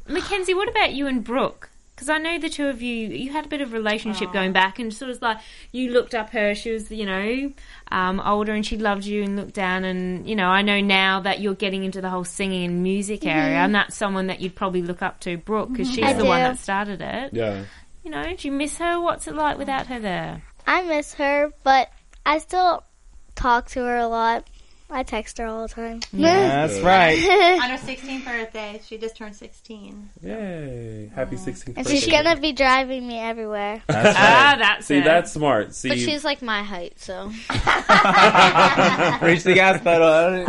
F: Mackenzie, what about you and Brooke? Because I know the two of you, you had a bit of a relationship going back, and sort of like you looked up her. She was, you know, um, older, and she loved you and looked down. And you know, I know now that you're getting into the whole singing and music area,
K: Mm-hmm.
M: Mhm.
F: and that's someone that you'd probably look up to, Brooke, because
M: Mhm.
F: she's
M: I
F: the one
M: do.
F: that started it.
H: Yeah.
F: You know, do you miss her? What's it like without her there?
M: I miss her, but I still talk to her a lot. I text her all the time.
I: That's right.
K: On her 16th birthday, she just turned 16.
H: Yay. Happy 16th
M: And
H: birthday.
M: she's gonna be driving me everywhere.
H: That's
F: right.
H: See, that's smart. See,
L: But she's like my height, so.
I: Reach the gas pedal.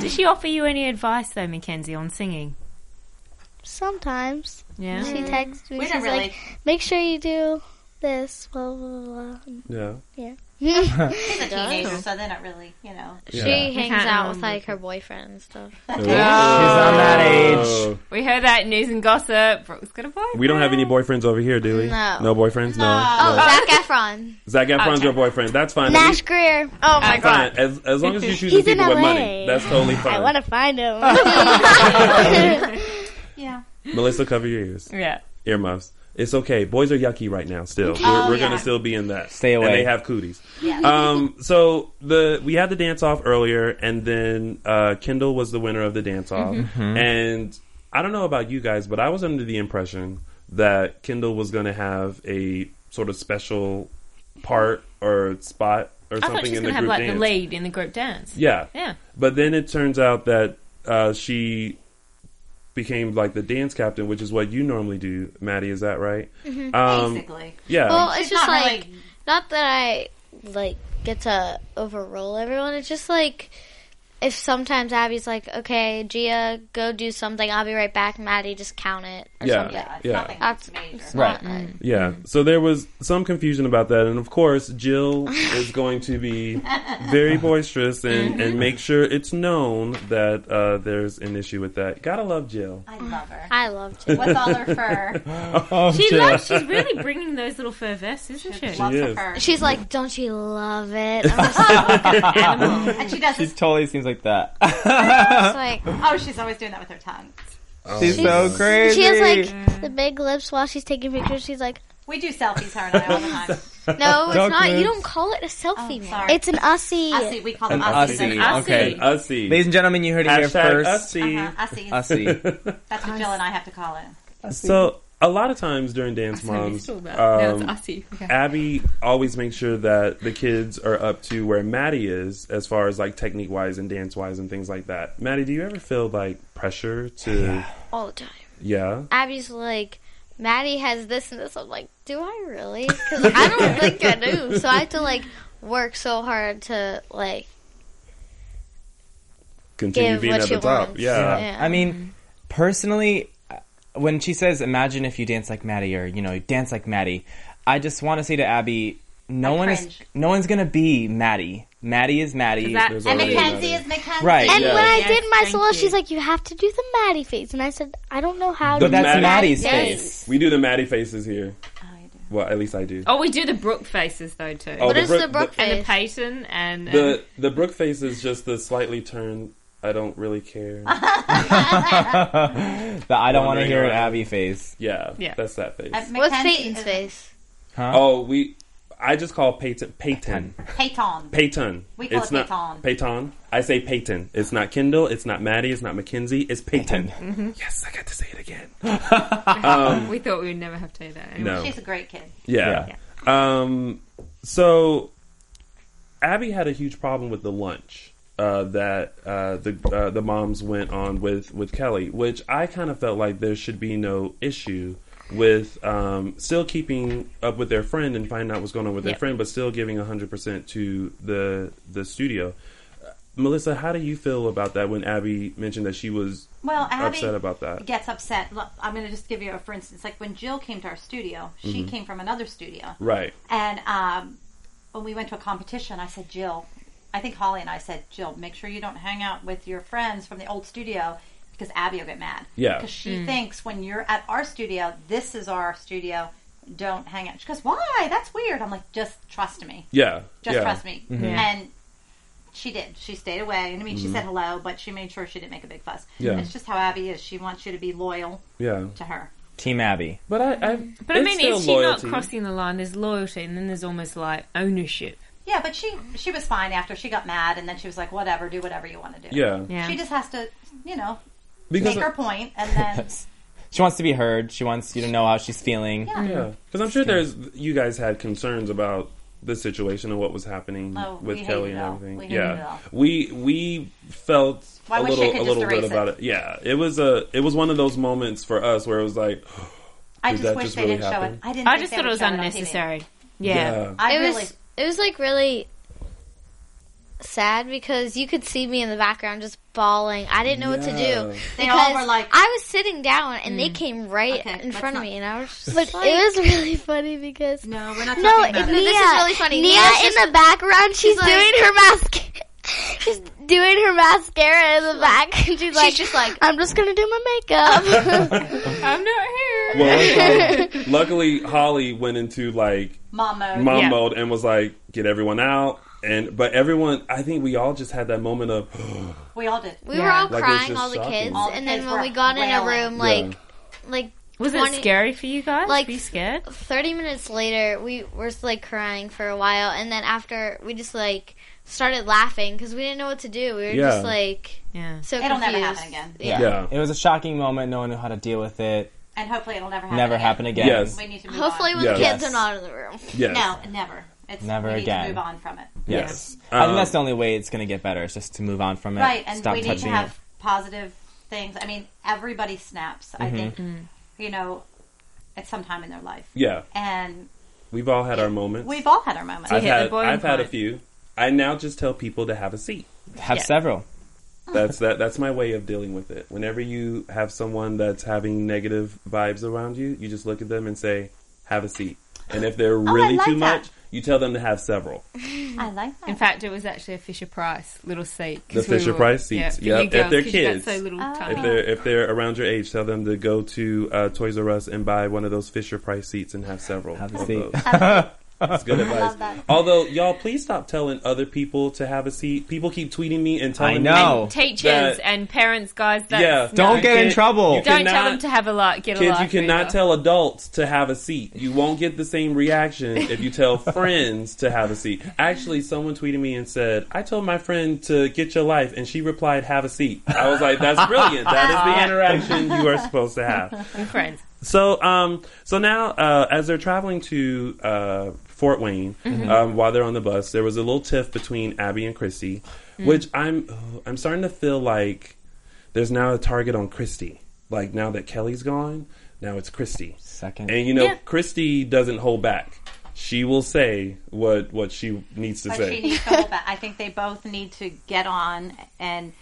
F: Did she offer you any advice though, Mackenzie, on singing?
M: Sometimes.
F: Yeah.
H: Mm.
M: She texts me.
K: We
M: she's
K: don't really-
M: like, make sure you do this. Blah blah blah. *laughs*
H: *laughs*
M: blah."
H: yeah.
M: Yeah.
K: She's a teenager, so they're not really, you know.
L: She
H: Oh. Yeah.
L: hangs
F: can't
L: out with
F: remember.
L: like her boyfriend and stuff.
H: She's on that age.
F: We heard that in news and gossip. Brooke's got a boy.
H: Oh, We don't have any boyfriends over here, do we?
L: No.
H: No boyfriends? No.
L: Oh,
H: No.
L: Zac Efron.
H: Zach Efron's your boyfriend. That's fine. At
M: Nash
H: least-
M: Greer.
L: Oh
H: that's fine. As, as long as you choose the
M: He's in
H: people with
M: LA.
H: money, that's totally fine.
M: I want to find him. *laughs*
K: yeah.
H: Melissa, cover your ears.
F: Yeah.
H: Earmuffs. It's okay. Boys are yucky right now. Still, we're,
F: Oh,
H: we're
F: yeah.
H: gonna still be in that.
I: Stay away.
H: And they have cooties.
F: Yeah.
H: Um. So the we had the dance off earlier, and then uh, Kendall was the winner of the dance off.
I: Mhm. Mhm.
H: And I don't know about you guys, but I was under the impression that Kendall was gonna have a sort of special part or spot or
F: I thought
H: something
F: she was
H: in the
F: going to
H: group
F: have like
H: dance.
F: the lead in the group dance.
H: Yeah.
F: Yeah.
H: But then it turns out that uh, she became like the dance captain, which is what you normally do, Maddie. Is that right?
L: Mhm.
H: Um, *laughs*
K: Basically.
H: Yeah.
L: Well, it's
K: She's
L: just
K: not
L: like not that I like get to overrule everyone. It's just like if sometimes Abby's like, "Okay, Gia, go do something. I'll be right back." Maddie, just count it or
H: Yeah,
L: something.
H: yeah, it's Yeah. nothing
L: That's it's *laughs* not like-
H: yeah. So there was some confusion about that, and of course, Jill is going to be very boisterous and, and make sure it's known that uh, there's an issue with that. Gotta love Jill.
K: I love her.
L: I love
K: Jill. With all her fur.
H: Oh,
F: She
H: Jill.
F: loves. She's really bringing those little fur vests, isn't she?
H: She loves her is. fur.
L: She's like, "Don't you love it?" I'm just
K: And she does
I: She
K: this.
I: totally seems like that. *laughs*
L: It's like,
K: oh, she's always doing that with her tongue.
I: She's so crazy.
M: She has like the big lips while she's taking pictures. She's like,
K: We do selfies, her and I, all the
H: *laughs*
K: time.
L: no, it's
I: Duck
L: not. You
I: moves.
L: don't call it a selfie. man.
M: it's an Aussie.
K: Aussie, we call
I: An
K: them Aussies.
I: Aussie,
K: An
I: okay.
K: Aussie.
H: Ussie.
I: Ladies and gentlemen, you heard it here
H: Hashtag
I: first.
H: Ussie.
K: Uh-huh, Aussies.
H: *laughs*
I: Ussie.
K: That's what Jill and I have to call it.
H: So a lot of times during
K: *laughs*
H: Dance
K: That's what we
H: Moms,
K: still about. Now it's
H: um,
K: Aussie. Okay.
H: Abby always makes sure that the kids are up to where Maddie is as far as like technique wise and dance wise and things like that. Maddie, do you ever feel like pressure to?
L: all the time.
H: Yeah.
L: Abby's like, Maddie has this and this. I'm like, do I really? Because I don't think I do. So I have to like work so hard to like
H: Continue
L: Give
H: being
L: what
H: at the
L: you
H: top.
L: want.
H: Yeah.
L: Yeah.
I: I mean, personally, uh, when she says, "Imagine if you dance like Maddie," or you know, dance like Maddie, I just want to say to Abby, no one is, no one's gonna be Maddie. Maddie is Maddie.
K: and Mackenzie is Mackenzie.
I: Right.
M: And
I: Yeah.
M: when I
K: Yes,
M: did my
K: thank
M: solo,
K: you.
M: she's like, "You have to do the Maddie face," and I said, "I don't know how."
H: The
M: to
H: Maddie-
M: do that."
H: We do the Maddie faces here. Well, at least I do.
F: Oh, we do the Brooke faces though too.
H: Oh, What the is Brooke- the Brooke
F: and the Peyton and, and
H: The the Brooke face is just the slightly turned. I don't really care.
I: the I don't want to hear an Abby face.
H: Yeah,
L: Yeah.
H: that's that face.
L: What's Peyton's face?
I: Huh?
H: Oh, we. I just call Peyton Peyton
K: uh, Payton.
H: Peyton.
K: We call
H: it's
K: it
H: not Peyton. I say Peyton. It's not Kindle. It's not Maddie. It's not Mackenzie. It's Peyton.
K: Mm-hmm.
H: Yes, I got to say it again. Um,
F: *laughs* we thought we would never have to do that.
H: No.
K: She's a great kid.
H: Yeah. Um, so Abby had a huge problem with the lunch uh, that uh, the uh, the moms went on with with Kelly, which I kind of felt like there should be no issue with um, still keeping up with their friend and finding out what's going on with their
N: Yep.
H: friend, but still giving hundred percent to the the studio. Uh, Melissa, how do you feel about that when Abby mentioned that she was
K: Well, Abby
H: upset about that?
K: gets upset. Look, I'm going to just give you a for instance. Like when Jill came to our studio, she
H: Mhm.
K: came from another studio.
H: Right.
K: And um, when we went to a competition, I said, Jill, I think Holly and I said, Jill, make sure you don't hang out with your friends from the old studio because Abby will get mad.
E: Yeah.
K: Because she
F: Hmm.
E: Mm.
K: thinks when you're at our studio, this is our studio, don't hang out. She goes, why? That's weird. I'm like, just trust me.
H: Yeah,
K: Just
H: yeah.
K: trust me.
H: Mhm. Yeah.
K: And she did. She stayed away. And I mean, she
H: Mhm.
K: said hello, but she made sure she didn't make a big fuss.
I: Yeah.
K: It's just how Abby is. She wants you to be loyal
I: Yeah.
K: to her.
I: Team Abby.
H: But I, I
F: But I
I: It's
F: mean,
I: still
F: is she
I: loyalty.
F: not crossing the line? There's loyalty, and then there's almost like ownership.
K: Yeah, but she she was fine after she got mad, and then she was like, "Whatever, do whatever you want to do."
I: Yeah. Yeah.
K: She just has to, you know,
I: Because-
K: make her point, and
I: *laughs*
K: then
I: she wants to be heard. She wants you to know how she's feeling.
K: Yeah.
F: Mm-hmm.
H: Yeah, because I'm sure there's you guys had concerns about the situation and what was happening
K: Oh, we
H: with
K: hated
H: Kelly
K: it
H: and
K: all.
H: everything.
K: We hated it
H: yeah,
K: all.
H: we we felt
K: Well, I
H: a
K: wish I
H: little
K: could
H: a
K: just
H: little bit
K: erase
H: about
K: it.
H: it. Yeah, it was a it was one of those moments for us where it was like,
K: I just
H: did that
K: wish
H: just
K: they
H: really
K: didn't
H: happen?
K: show it. I didn't.
F: I
K: think
F: just
K: they
F: thought it
K: would
F: was
K: show on TV.
F: unnecessary.
H: Yeah.
K: I
L: it
K: really.
L: was it was like really sad because you could see me in the background just bawling. I didn't know what to
K: Yeah.
L: do.
K: They all
L: because
K: were like-
L: I was sitting down and they came right in front of me and I was just
M: But
L: like-
M: it
L: *laughs*
M: was really funny because
K: no, we're not
M: no.
L: talking about
M: it-
L: it.
M: Nia,
L: This is really funny.
M: Nia
L: Nia's
M: in
L: just-
M: the background, she's,
L: like-
M: doing her mascara.
L: *laughs*
M: she's doing her mascara in the back, and she's like,
L: just like,
M: "I'm just gonna do my makeup."
F: I'm not here.
H: well, um, luckily Holly went into like
K: Mom mode.
H: mom
K: Oh, Yeah.
H: mode and was like, get everyone out. And but everyone, I think we all just had that moment of *gasps*
K: We all did.
L: *laughs* We were all
H: Like, it was
L: crying,
H: just
L: all the
H: shocking.
L: kids,
H: All
K: the
L: and then
K: kids
L: when
K: were
L: we got in a
K: wailing.
L: room, like,
H: Yeah.
L: like
F: Was it
L: 20
F: scary for you guys?
L: Like-
F: Were you scared?
L: Thirty minutes later, we were like crying for a while, and then after we just like started laughing because we didn't know what to do. We were
I: Yeah.
L: just like,
F: yeah,
L: so
K: It'll never
L: confused.
K: happen again.
I: Yeah. It was a shocking moment. No one knew how to deal with it.
K: And hopefully, it'll never happen.
I: Never
K: again.
I: happen again.
H: Yes.
K: We need to move
L: Hopefully,
K: on.
L: when the
I: Yes.
L: kids are not in the room.
I: Yes.
K: No, never. It's,
I: Never
K: we
I: again.
K: Need to move on from it.
I: Yes. I
H: Um,
I: think that's the only way it's going to get better. It's just to move on from it.
K: Right, and
I: Stop
K: we need to
I: touching
K: have
I: it.
K: positive things. I mean, everybody snaps. I
H: Mhm.
K: think
F: Mm.
K: you know at some time in their life.
H: Yeah.
K: and
H: We've all had our moments.
K: We've all had our moments.
H: I've
K: You hit the
H: had,
K: boiling
H: I've had a
K: point.
H: few. I now just tell people to have a seat.
I: Have several.
H: That's that. That's my way of dealing with it. Whenever you have someone that's having negative vibes around you, you just look at them and say, "Have a seat." And if they're
F: I
H: really
F: like
H: too
F: that.
H: much, you tell them to have several.
K: I like that.
F: In fact, it was actually a Fisher Price little seat.
H: The
F: 'cause we
H: Fisher
F: were-
H: Price seats.
F: Yeah,
H: Yeah,
F: for you girls,
H: if they're
F: 'cause you got
H: kids,
F: so little
H: if
I: Oh.
F: tiny.
H: they're if they're around your age, tell them to go to uh, Toys R Us and buy one of those Fisher Price seats and have several. Have
I: a seat.
H: *laughs* That's good
I: I
H: advice.
I: love that.
H: Although, y'all, please stop telling other people to have a seat. People keep tweeting me and telling
I: I know.
H: me
I: And
F: teachers
H: that-
F: and parents, guys. That's,
H: yeah,
I: Don't get in trouble.
H: You
F: Don't tell
H: cannot-
F: them to have a lot. Get a
H: Kids,
F: lot.
H: you cannot tell adults to have a seat. You won't get the same reaction if you
F: *laughs*
H: tell friends to have a seat. Actually, someone tweeted me and said, I told my friend to get your life, and she replied, have a seat. I was like, that's brilliant.
F: *laughs*
H: That is the interaction you are supposed to have.
F: We're friends.
H: So, um, so now uh, as they're traveling to uh, Fort Wayne,
F: Mhm.
H: um, while they're on the bus, there was a little tiff between Abby and Christy,
N: Mm.
H: which I'm oh, I'm starting to feel like there's now a target on Christy. Like now that Kelly's gone, now it's Christy.
I: Second,
H: and you know
F: Yeah.
H: Christy doesn't hold back. She will say what what she needs to
K: But
H: say.
K: she needs to hold back. I think they both need to get on and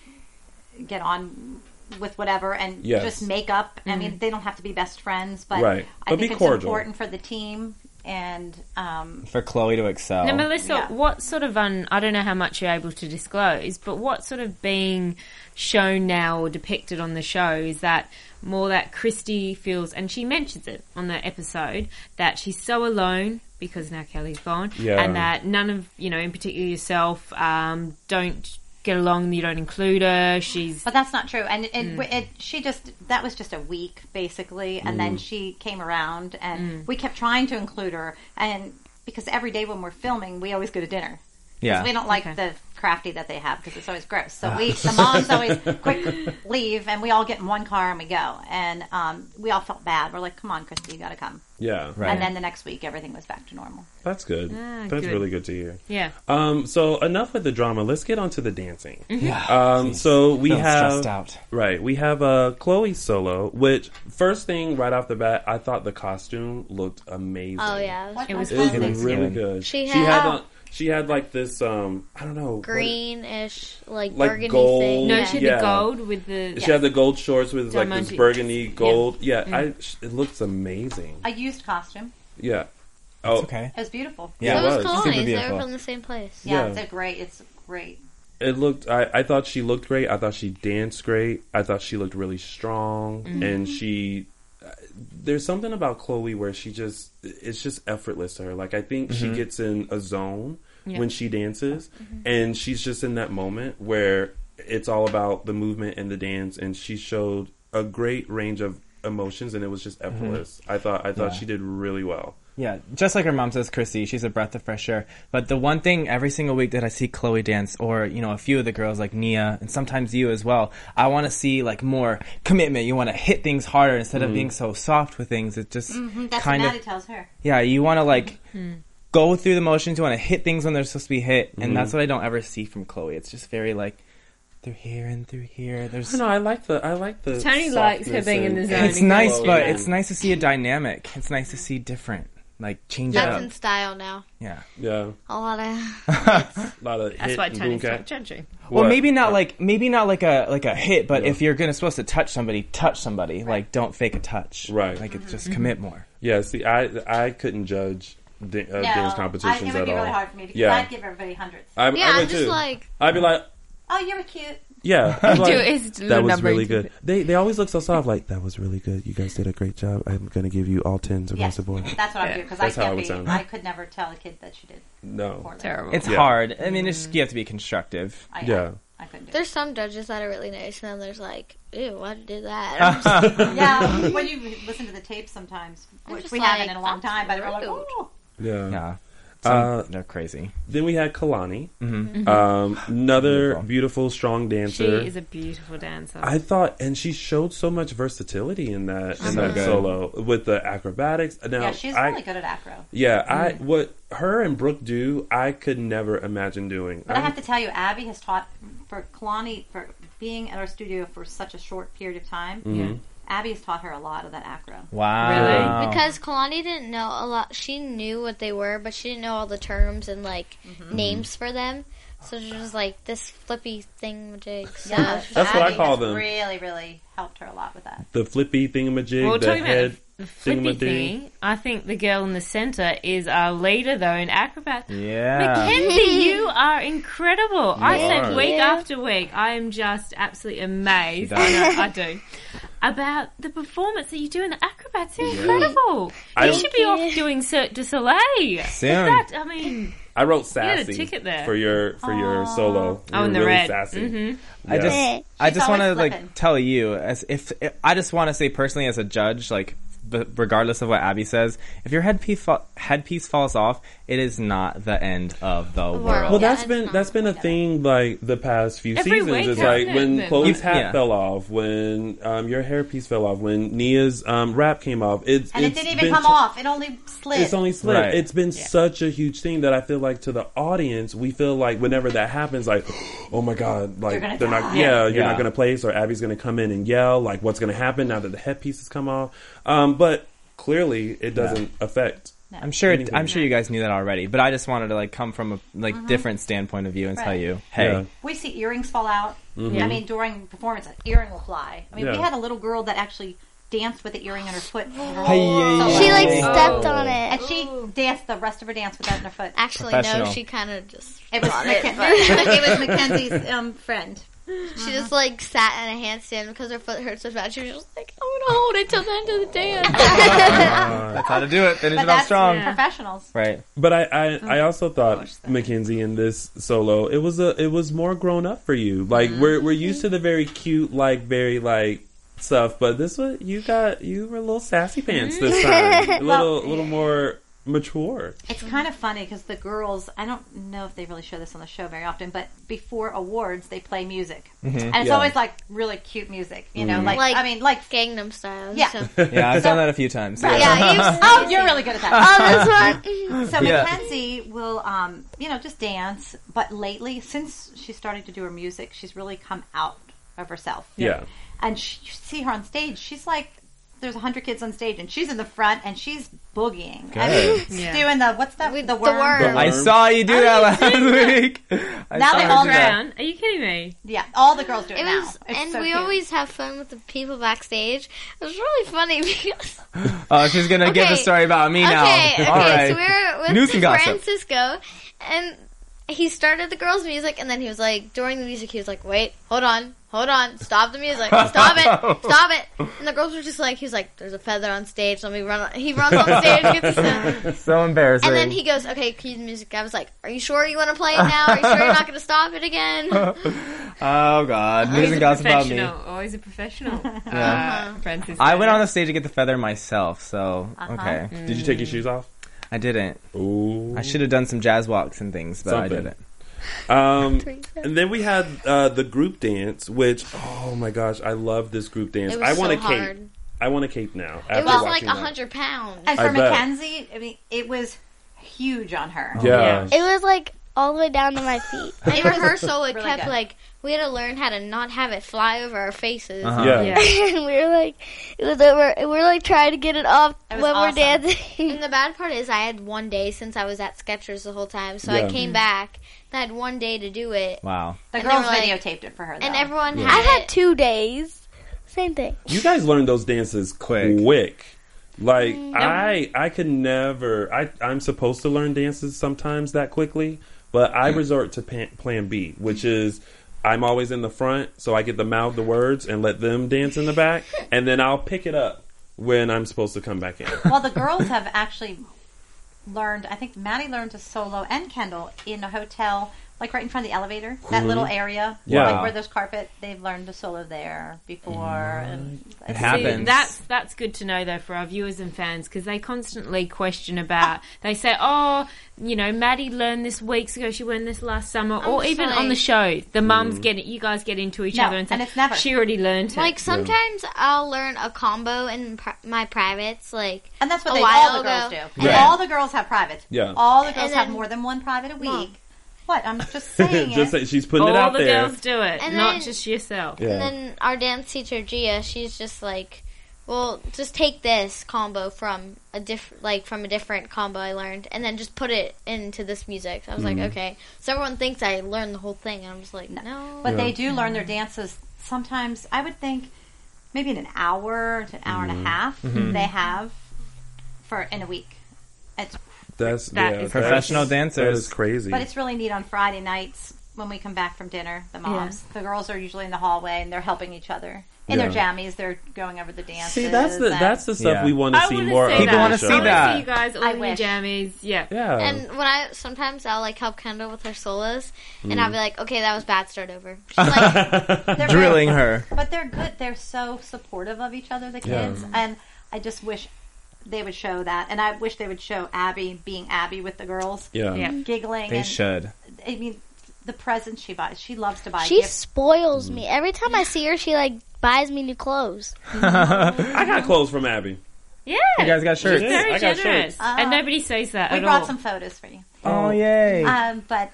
K: get on with whatever and
H: Yes.
K: just make up. I
F: Mm-hmm.
K: mean, they don't have to be best friends, but
I: Right.
K: I
I: But
K: think
I: be
K: it's
I: cordial.
K: important for the team. And um,
I: for Chloe to excel.
F: Now, Melissa, what sort of un, I don't know how much you're able to disclose, but what sort of being shown now or depicted on the show is that more that Christy feels, and she mentions it on the episode, that she's so alone because now Kelly's gone,
N: Yeah.
F: and that none of you know, in particular yourself, um, don't get along. You don't include her. She's
K: but that's not true. And it,
F: Mm.
K: it, she just that was just a week basically, and then
F: Mm.
K: she came around, and
F: Mm.
K: we kept trying to include her, and because every day when we're filming, we always go to dinner. 'Cause
I: Yeah.
K: we don't like the crafty that they have because it's always gross. So
H: Ah.
K: we, the moms
H: *laughs*
K: always quick leave, and we all get in one car and we go. And um, we all felt bad. We're like, "Come on, Christy, you got to come."
H: Yeah.
K: And then the next week, everything was back to normal.
H: That's good.
K: Ah,
H: That's
K: good.
H: really good to hear.
K: Yeah.
H: Um. So enough with the drama. Let's get on to the dancing.
L: Mm-hmm.
K: Mhm. Yeah,
H: Um. So we
I: Feeling
H: have
I: stressed out.
H: right. We have uh, Chloe solo. Which first thing right off the bat, I thought the costume looked amazing.
L: Oh, yeah, it was It was
H: it
L: fantastic.
H: was really
L: Thanksgiving.
H: good.
L: She
H: she
L: had-
H: had on- she had like this um I don't know what-
L: greenish, like,
H: like
L: burgundy
H: gold.
L: thing.
F: No, she had the *laughs*
H: yeah.
F: gold with the-
H: She
F: Yes.
H: had the gold shorts with like this
K: Diamante.
H: burgundy gold.
K: Mm.
H: Yeah,
L: Mm-hmm.
H: I sh it looks amazing.
K: A used costume.
H: Yeah. Oh,
I: okay.
K: It was beautiful.
H: Yeah, it was.
L: colonies. They were from the same place.
K: Yeah,
H: Yeah.
K: it's a great. It's great.
H: It looked. I, I thought she looked great. I thought she danced great. I thought she looked really strong.
F: Mm-hmm.
K: Mhm.
H: And she, uh, there's something about Chloe where she just it's just effortless to her. Like I think she
I: Mhm.
H: gets in a zone
I: Yeah.
H: when she dances,
F: Mm-hmm.
I: Mhm.
H: and she's just in that moment where it's all about the movement and the dance. And she showed a great range of emotions, and it was just effortless. I thought. I thought
I: Yeah.
H: she did really well.
I: Yeah, just like her mom says, Chrissy, she's a breath of fresh air. But the one thing every single week that I see Chloe dance, or you know, a few of the girls like Nia, and sometimes you as well, I want to see like more commitment. You want to hit things harder instead of
K: Mhm.
I: being so soft with things. It just
K: Mhm, that's
I: kind
K: what Maddie
I: of
K: tells her.
I: yeah, you want to like
K: Mhm.
I: go through the motions. You want to hit things when they're supposed to be hit,
H: Mhm.
I: and that's what I don't ever see from Chloe. It's just very like through here and through here. There's
H: No, I like the. I like the.
F: Tony likes her
H: softness
F: being in
H: and-
F: the zone.
I: it's nice,
H: Chloe
I: but
H: and-
I: it's nice to see a dynamic. It's nice to see different, like change it
L: That's
I: up.
L: in style now.
I: Yeah.
H: Yeah.
L: A lot of
H: A lot of
L: That's
H: hit
L: why
H: and
L: Tony's
H: boom
L: not
H: cat.
L: judging.
I: Well,
H: What?
I: maybe not like maybe not like a like a hit, but if you're gonna supposed to touch somebody, touch somebody. Like don't fake a touch. Right. Like it's just commit more.
H: Yeah, see, I I couldn't judge da- uh,
K: No,
H: dance
K: I,
H: competitions
K: it would
H: at
K: be
H: all.
K: really hard for me because
H: yeah,
K: I'd give everybody hundreds.
H: I, I would too. I'd be like,
K: "Oh, you were cute."
H: yeah, I'd be
K: Do
H: like,
K: it, it's
H: that
K: little
H: was
K: number
H: really
K: into
H: good. They they always look so soft. Like that was really good. You guys did a great job. I'm gonna give you all tens across
K: Yes, *laughs*
H: the board.
K: that's what I would do because I
H: That's how
K: can't
H: it would
K: be.
H: sound.
K: I could never tell a kid that she did.
H: No,
K: terrible.
I: It's
H: Oh, Yeah.
I: hard. I mean, it's you have to be constructive.
K: I-
H: Yeah.
K: I couldn't do
L: There's some judges that are really nice, and then there's like, ew, why did you do
H: *laughs*
L: that? I'm just-
K: it. yeah, when you listen to the tapes sometimes,
L: I'm
K: which
L: just
K: we haven't
L: like,
K: in a long
L: that's
K: time, but we're like,
L: rude.
K: "Oh,
H: Yeah,
I: yeah.
H: Uh,
I: they're crazy.
H: Then we had Kalani,
I: Mhm. Mhm.
H: um, another beautiful. strong
F: she
H: dancer.
F: is a beautiful dancer.
H: I thought, and she showed so much versatility in that in
F: Mhm.
H: that
F: Okay.
H: solo with the acrobatics. Now,
K: yeah, she's
H: I-
K: really good at acro."
H: Yeah, I what her and Brooke do, I could never imagine doing.
K: But i
H: I'm-
K: have to tell you, Abby has taught for Kalani for being at our studio for such a short period of time.
H: Mhm.
K: Abby has taught her a lot of that acro.
H: uh,
O: Uh,
I: Wow.
L: Because Kalani didn't know a lot. She knew what they were, but she didn't know all the terms and like names for them. So she was like this flippy thing jig. So
K: Yeah,
L: she-
H: *laughs* That's what I
K: Abby
H: call
K: has
H: them.
K: Really, really helped her a lot with that.
H: the flippy thingamajig,
F: Well,
H: the
F: talking about
H: head
F: the, the flippy
H: thingamading.
F: thing, I think the girl in the center is our leader, though, in acrobat.
I: Yeah.
L: *laughs*
F: Mackenzie, you are incredible. I
I: You
F: said
I: are.
F: week
I: Yeah.
F: after week, I am just absolutely amazed.
I: She
F: I,
I: does.
F: know, I do. About the performance that you do in the acrobats, they're
H: Yeah.
F: incredible.
H: I-
F: you should be off doing Cirque du Soleil.
H: Soon.
F: That, I mean,
H: I wrote
F: You had a
H: sassy
F: ticket there.
H: for your for your solo.
F: Oh,
H: You
F: in
H: were
F: the
H: really
F: red.
H: sassy.
F: Mhm.
I: I just
H: Yeah.
I: I just want to
F: always
I: like
F: flippin'.
I: tell you as if I just want to say personally as a judge like b- regardless of what Abby says, if your headpiece fa- headpiece falls off, it is not the end of the world.
H: Well, that's been that's been a thing like the past few
I: Every
H: seasons.
I: week,
H: It's
I: hasn't
H: like
I: it
H: when
I: been?
H: Chloe's
I: Yeah.
H: hat
I: Yeah.
H: fell off, when um, your hairpiece fell off, when Nia's um, wrap came off. It's
K: And it
H: it's
K: didn't even
H: been
K: come
H: t-
K: off. It only slid.
H: It's only slim.
I: Right.
H: It's been such a huge thing that I feel like to the audience, we feel like whenever that happens, like, *gasps* oh my god, like
K: They're gonna
H: they're not,
K: die.
H: yeah, you're
I: Yeah.
H: not gonna place, or Abby's gonna come in and yell, like, what's gonna happen now that the headpiece has come off? Um, but clearly, it doesn't affect
I: I'm sure. It,
H: Anything.
I: I'm sure you guys knew that already, but I just wanted to like come from a like
K: Mhm.
I: different standpoint of view and tell
K: Right.
I: you, hey,
H: Yeah.
K: We see earrings fall out.
I: Mhm.
H: Mm-hmm.
K: I mean, during performance, an earring will fly. I mean, we
I: Yeah.
K: had a little girl that actually danced with the earring in her foot.
M: yeah, She, like,
L: Oh.
M: yeah. stepped on it.
K: and she danced the rest of her dance with that in her foot.
L: Actually, no, she kind of just
K: It was
L: brought
K: Mackenzie- *laughs*
L: but-
K: it was Mackenzie's, um, friend.
F: Uh-huh.
L: She just like sat in a handstand because her foot hurt so bad. She was just like, "I'm gonna hold it till the end of the
F: *laughs*
L: dance."
I: that's how to do it. Finish it
L: But
I: off
K: *laughs*
L: that's-
I: strong.
L: yeah.
K: Professionals.
I: Right.
H: But I, I,
L: Oh,
H: I also thought Mackenzie in this solo, it was a, it was more grown up for you. Like we're,
L: Mm-hmm.
H: we're used to the very cute, like very like stuff, but this one, you got, you were a little sassy pants
L: Mm-hmm. *laughs*
H: this time, a little,
K: Well-
H: little more mature.
K: It's kind of funny because the girls, I don't know if they really show this on the show very often, but before awards, they play music.
I: Mhm.
K: And it's
I: Yeah.
K: always like really cute music, you know?
I: Mhm.
K: Like,
L: Like
K: I mean, like
L: Gangnam Style.
K: Yeah.
I: Yeah, I've
K: So-
I: done that a few times.
K: Right. oh, you're really good
F: *laughs*
K: at that.
L: Oh,
K: this one. So
I: Uh, Yeah.
K: Mackenzie will, um, you know, just dance. But lately, since she started to do her music, she's really come out of herself.
H: Yeah.
K: And she, you see her on stage. She's like, there's a hundred kids on stage, and she's in the front, and she's boogieing. I mean,
I: Good. Yeah.
K: doing the what's that? the worm.
I: I saw you do that last week. *laughs* I
K: Now
I: saw
K: they
I: you
K: all
I: do that.
L: Are you kidding me?
K: Yeah, all the girls do it, now. It's
L: and
K: so
L: we
K: cute.
L: always have fun with the people backstage. It was really funny *laughs* because
I: Oh, she's gonna give a
L: Okay.
I: story about me
L: okay,
I: now. *laughs*
L: Okay,
I: all right.
L: so we're with
I: News and gossip.
L: Francisco, and he started the girls' music, and then he was like, during the music, he was like, wait, hold on, hold on, stop the music,
I: *laughs*
L: stop it, stop it. And the girls were just like, he was like, there's a feather on stage, let me run. On. He runs on stage, gets the
I: *laughs* so embarrassing.
L: and then he goes, okay, cue the music. I was like, are you sure you want to play it now? Are you sure you're not going to stop it
I: *laughs*
L: again?
I: oh God, news and gossip about me.
F: professional. Always a professional.
I: Yeah.
F: Uh, Francisco.
I: I went on the stage to get the feather myself, so
F: Uh-huh.
I: okay.
H: Mm.
F: Did you take your
H: shoes off?
I: I didn't.
H: Ooh.
I: I should have done some jazz walks and things, but I
H: Something.
I: didn't.
L: *laughs*
H: Um, and then we had uh, the group dance, which oh my gosh, I love this group dance.
L: It was
H: I want
L: so
H: a cape.
L: hard.
H: I want a cape now.
L: it
H: after
L: was like
H: watching
L: a
H: that.
L: hundred pounds.
K: And
H: I
K: for
H: bet.
K: Mackenzie, I mean, it was huge on her.
H: Yeah.
M: It was like all the way down to my
L: *laughs*
M: feet.
L: In rehearsal, it
K: Really
L: kept
K: good.
L: like we had to learn how to not have it fly over our faces.
M: Uh-huh. *laughs*
H: Yeah.
M: and we were like, it was over. We were like trying to get it off when we're dancing.
L: and the bad part is, I had one day since I was at Skechers the whole time, so
I: Yeah.
L: I came back. and I had one day to do it.
I: Wow.
K: The
L: And they
K: girls
L: were like-
K: videotaped it for her. Though.
L: And everyone
H: Yeah.
L: had.
M: I had two days. Same thing.
H: You guys learned those dances quick. Quick. Like I I could never I I'm supposed to learn dances sometimes that quickly, but I
I: Mm.
H: resort to pan, plan B, which is I'm always in the front, so I get to mouth the words and let them dance in the back, and then I'll pick it up when I'm supposed to come back in.
K: Well, the
H: *laughs*
K: girls have actually learned. I think Maddie learned to solo and Kendall in a hotel, like right in front of the elevator. That
H: Mhm.
K: little area,
H: Yeah.
K: like where there's carpet. They've learned to solo there before. And
F: See,
K: it's-
F: that's that's good to know though for our viewers and fans because they constantly question about. They say, "Oh, you know, Maddie learned this weeks ago. She learned this last summer,
K: Oh.
L: I'm
F: or
L: just
F: even
L: like-
F: on the show, the mums
L: Mm.
F: get it. You guys get into each
L: No,
F: other and say,
L: and it's never-
F: she already learned it.
L: Like sometimes I'll learn a combo in pri- my privates, like
K: and that's what
L: a
K: they,
L: while
K: all the girls do.
L: ago.
K: And
H: Yeah.
K: all the girls have privates.
H: Yeah. *laughs*
K: All the girls
L: And
K: have
L: then-
K: more than one private a week. What? I'm just saying
H: Just
K: it.
H: say- she's putting it
F: All
H: out
F: the
H: there.
F: girls do it,
L: And
F: not
L: then-
F: just yourself.
H: Yeah.
L: And then our dance teacher Gia, she's just like, well, just take this combo from a diff like from a different combo I learned, and then just put it into this music. So I was
K: Mhm.
L: like, okay. So everyone thinks I learned the whole thing, and I'm just like, no.
K: But they do learn their dances sometimes, I would think, maybe in an hour to an hour and a half,
H: Mhm.
K: they have for in a week. It's,
H: That's
K: That
H: yeah,
I: is Professional
H: that's- That
I: dancers.
H: is crazy.
K: but it's really neat on Friday nights when we come back from dinner, the moms. The girls are usually in the hallway and they're helping each other. In their
H: Yeah.
K: jammies, they're going over the dances.
H: See, that's the
K: and-
H: that's the stuff
I: Yeah.
H: we want to
I: I
H: see
I: wanna
H: more
I: see
H: of.
I: that. People wanna see that.
F: You guys all
L: I
F: in your
L: wish.
F: jammies, yeah.
H: Yeah.
L: And when I sometimes I'll like help Kendall with her solos,
I: Mm.
L: and I'll be like, okay, that was bad, start over.
K: They're
I: Drilling
K: really-
I: her.
K: But they're good. They're so supportive of each other, the
I: Yeah.
K: kids. And I just wish they would show that. And I wish they would show Abby being Abby with the girls.
I: Yeah. Yeah.
K: Giggling.
I: They
K: and,
I: should.
K: I mean, the presents she buys. She loves to buy
M: She
K: gifts.
M: spoils me every time I see her. She like buys me new clothes.
H: I got clothes from Abby.
F: Yeah.
H: You guys got shirts.
F: She's very
H: I got
F: generous.
H: shirts.
F: and nobody sees that
K: Um, we
F: at
K: brought
H: Oh,
F: all.
K: some photos for you.
I: Oh yay!
K: Um, but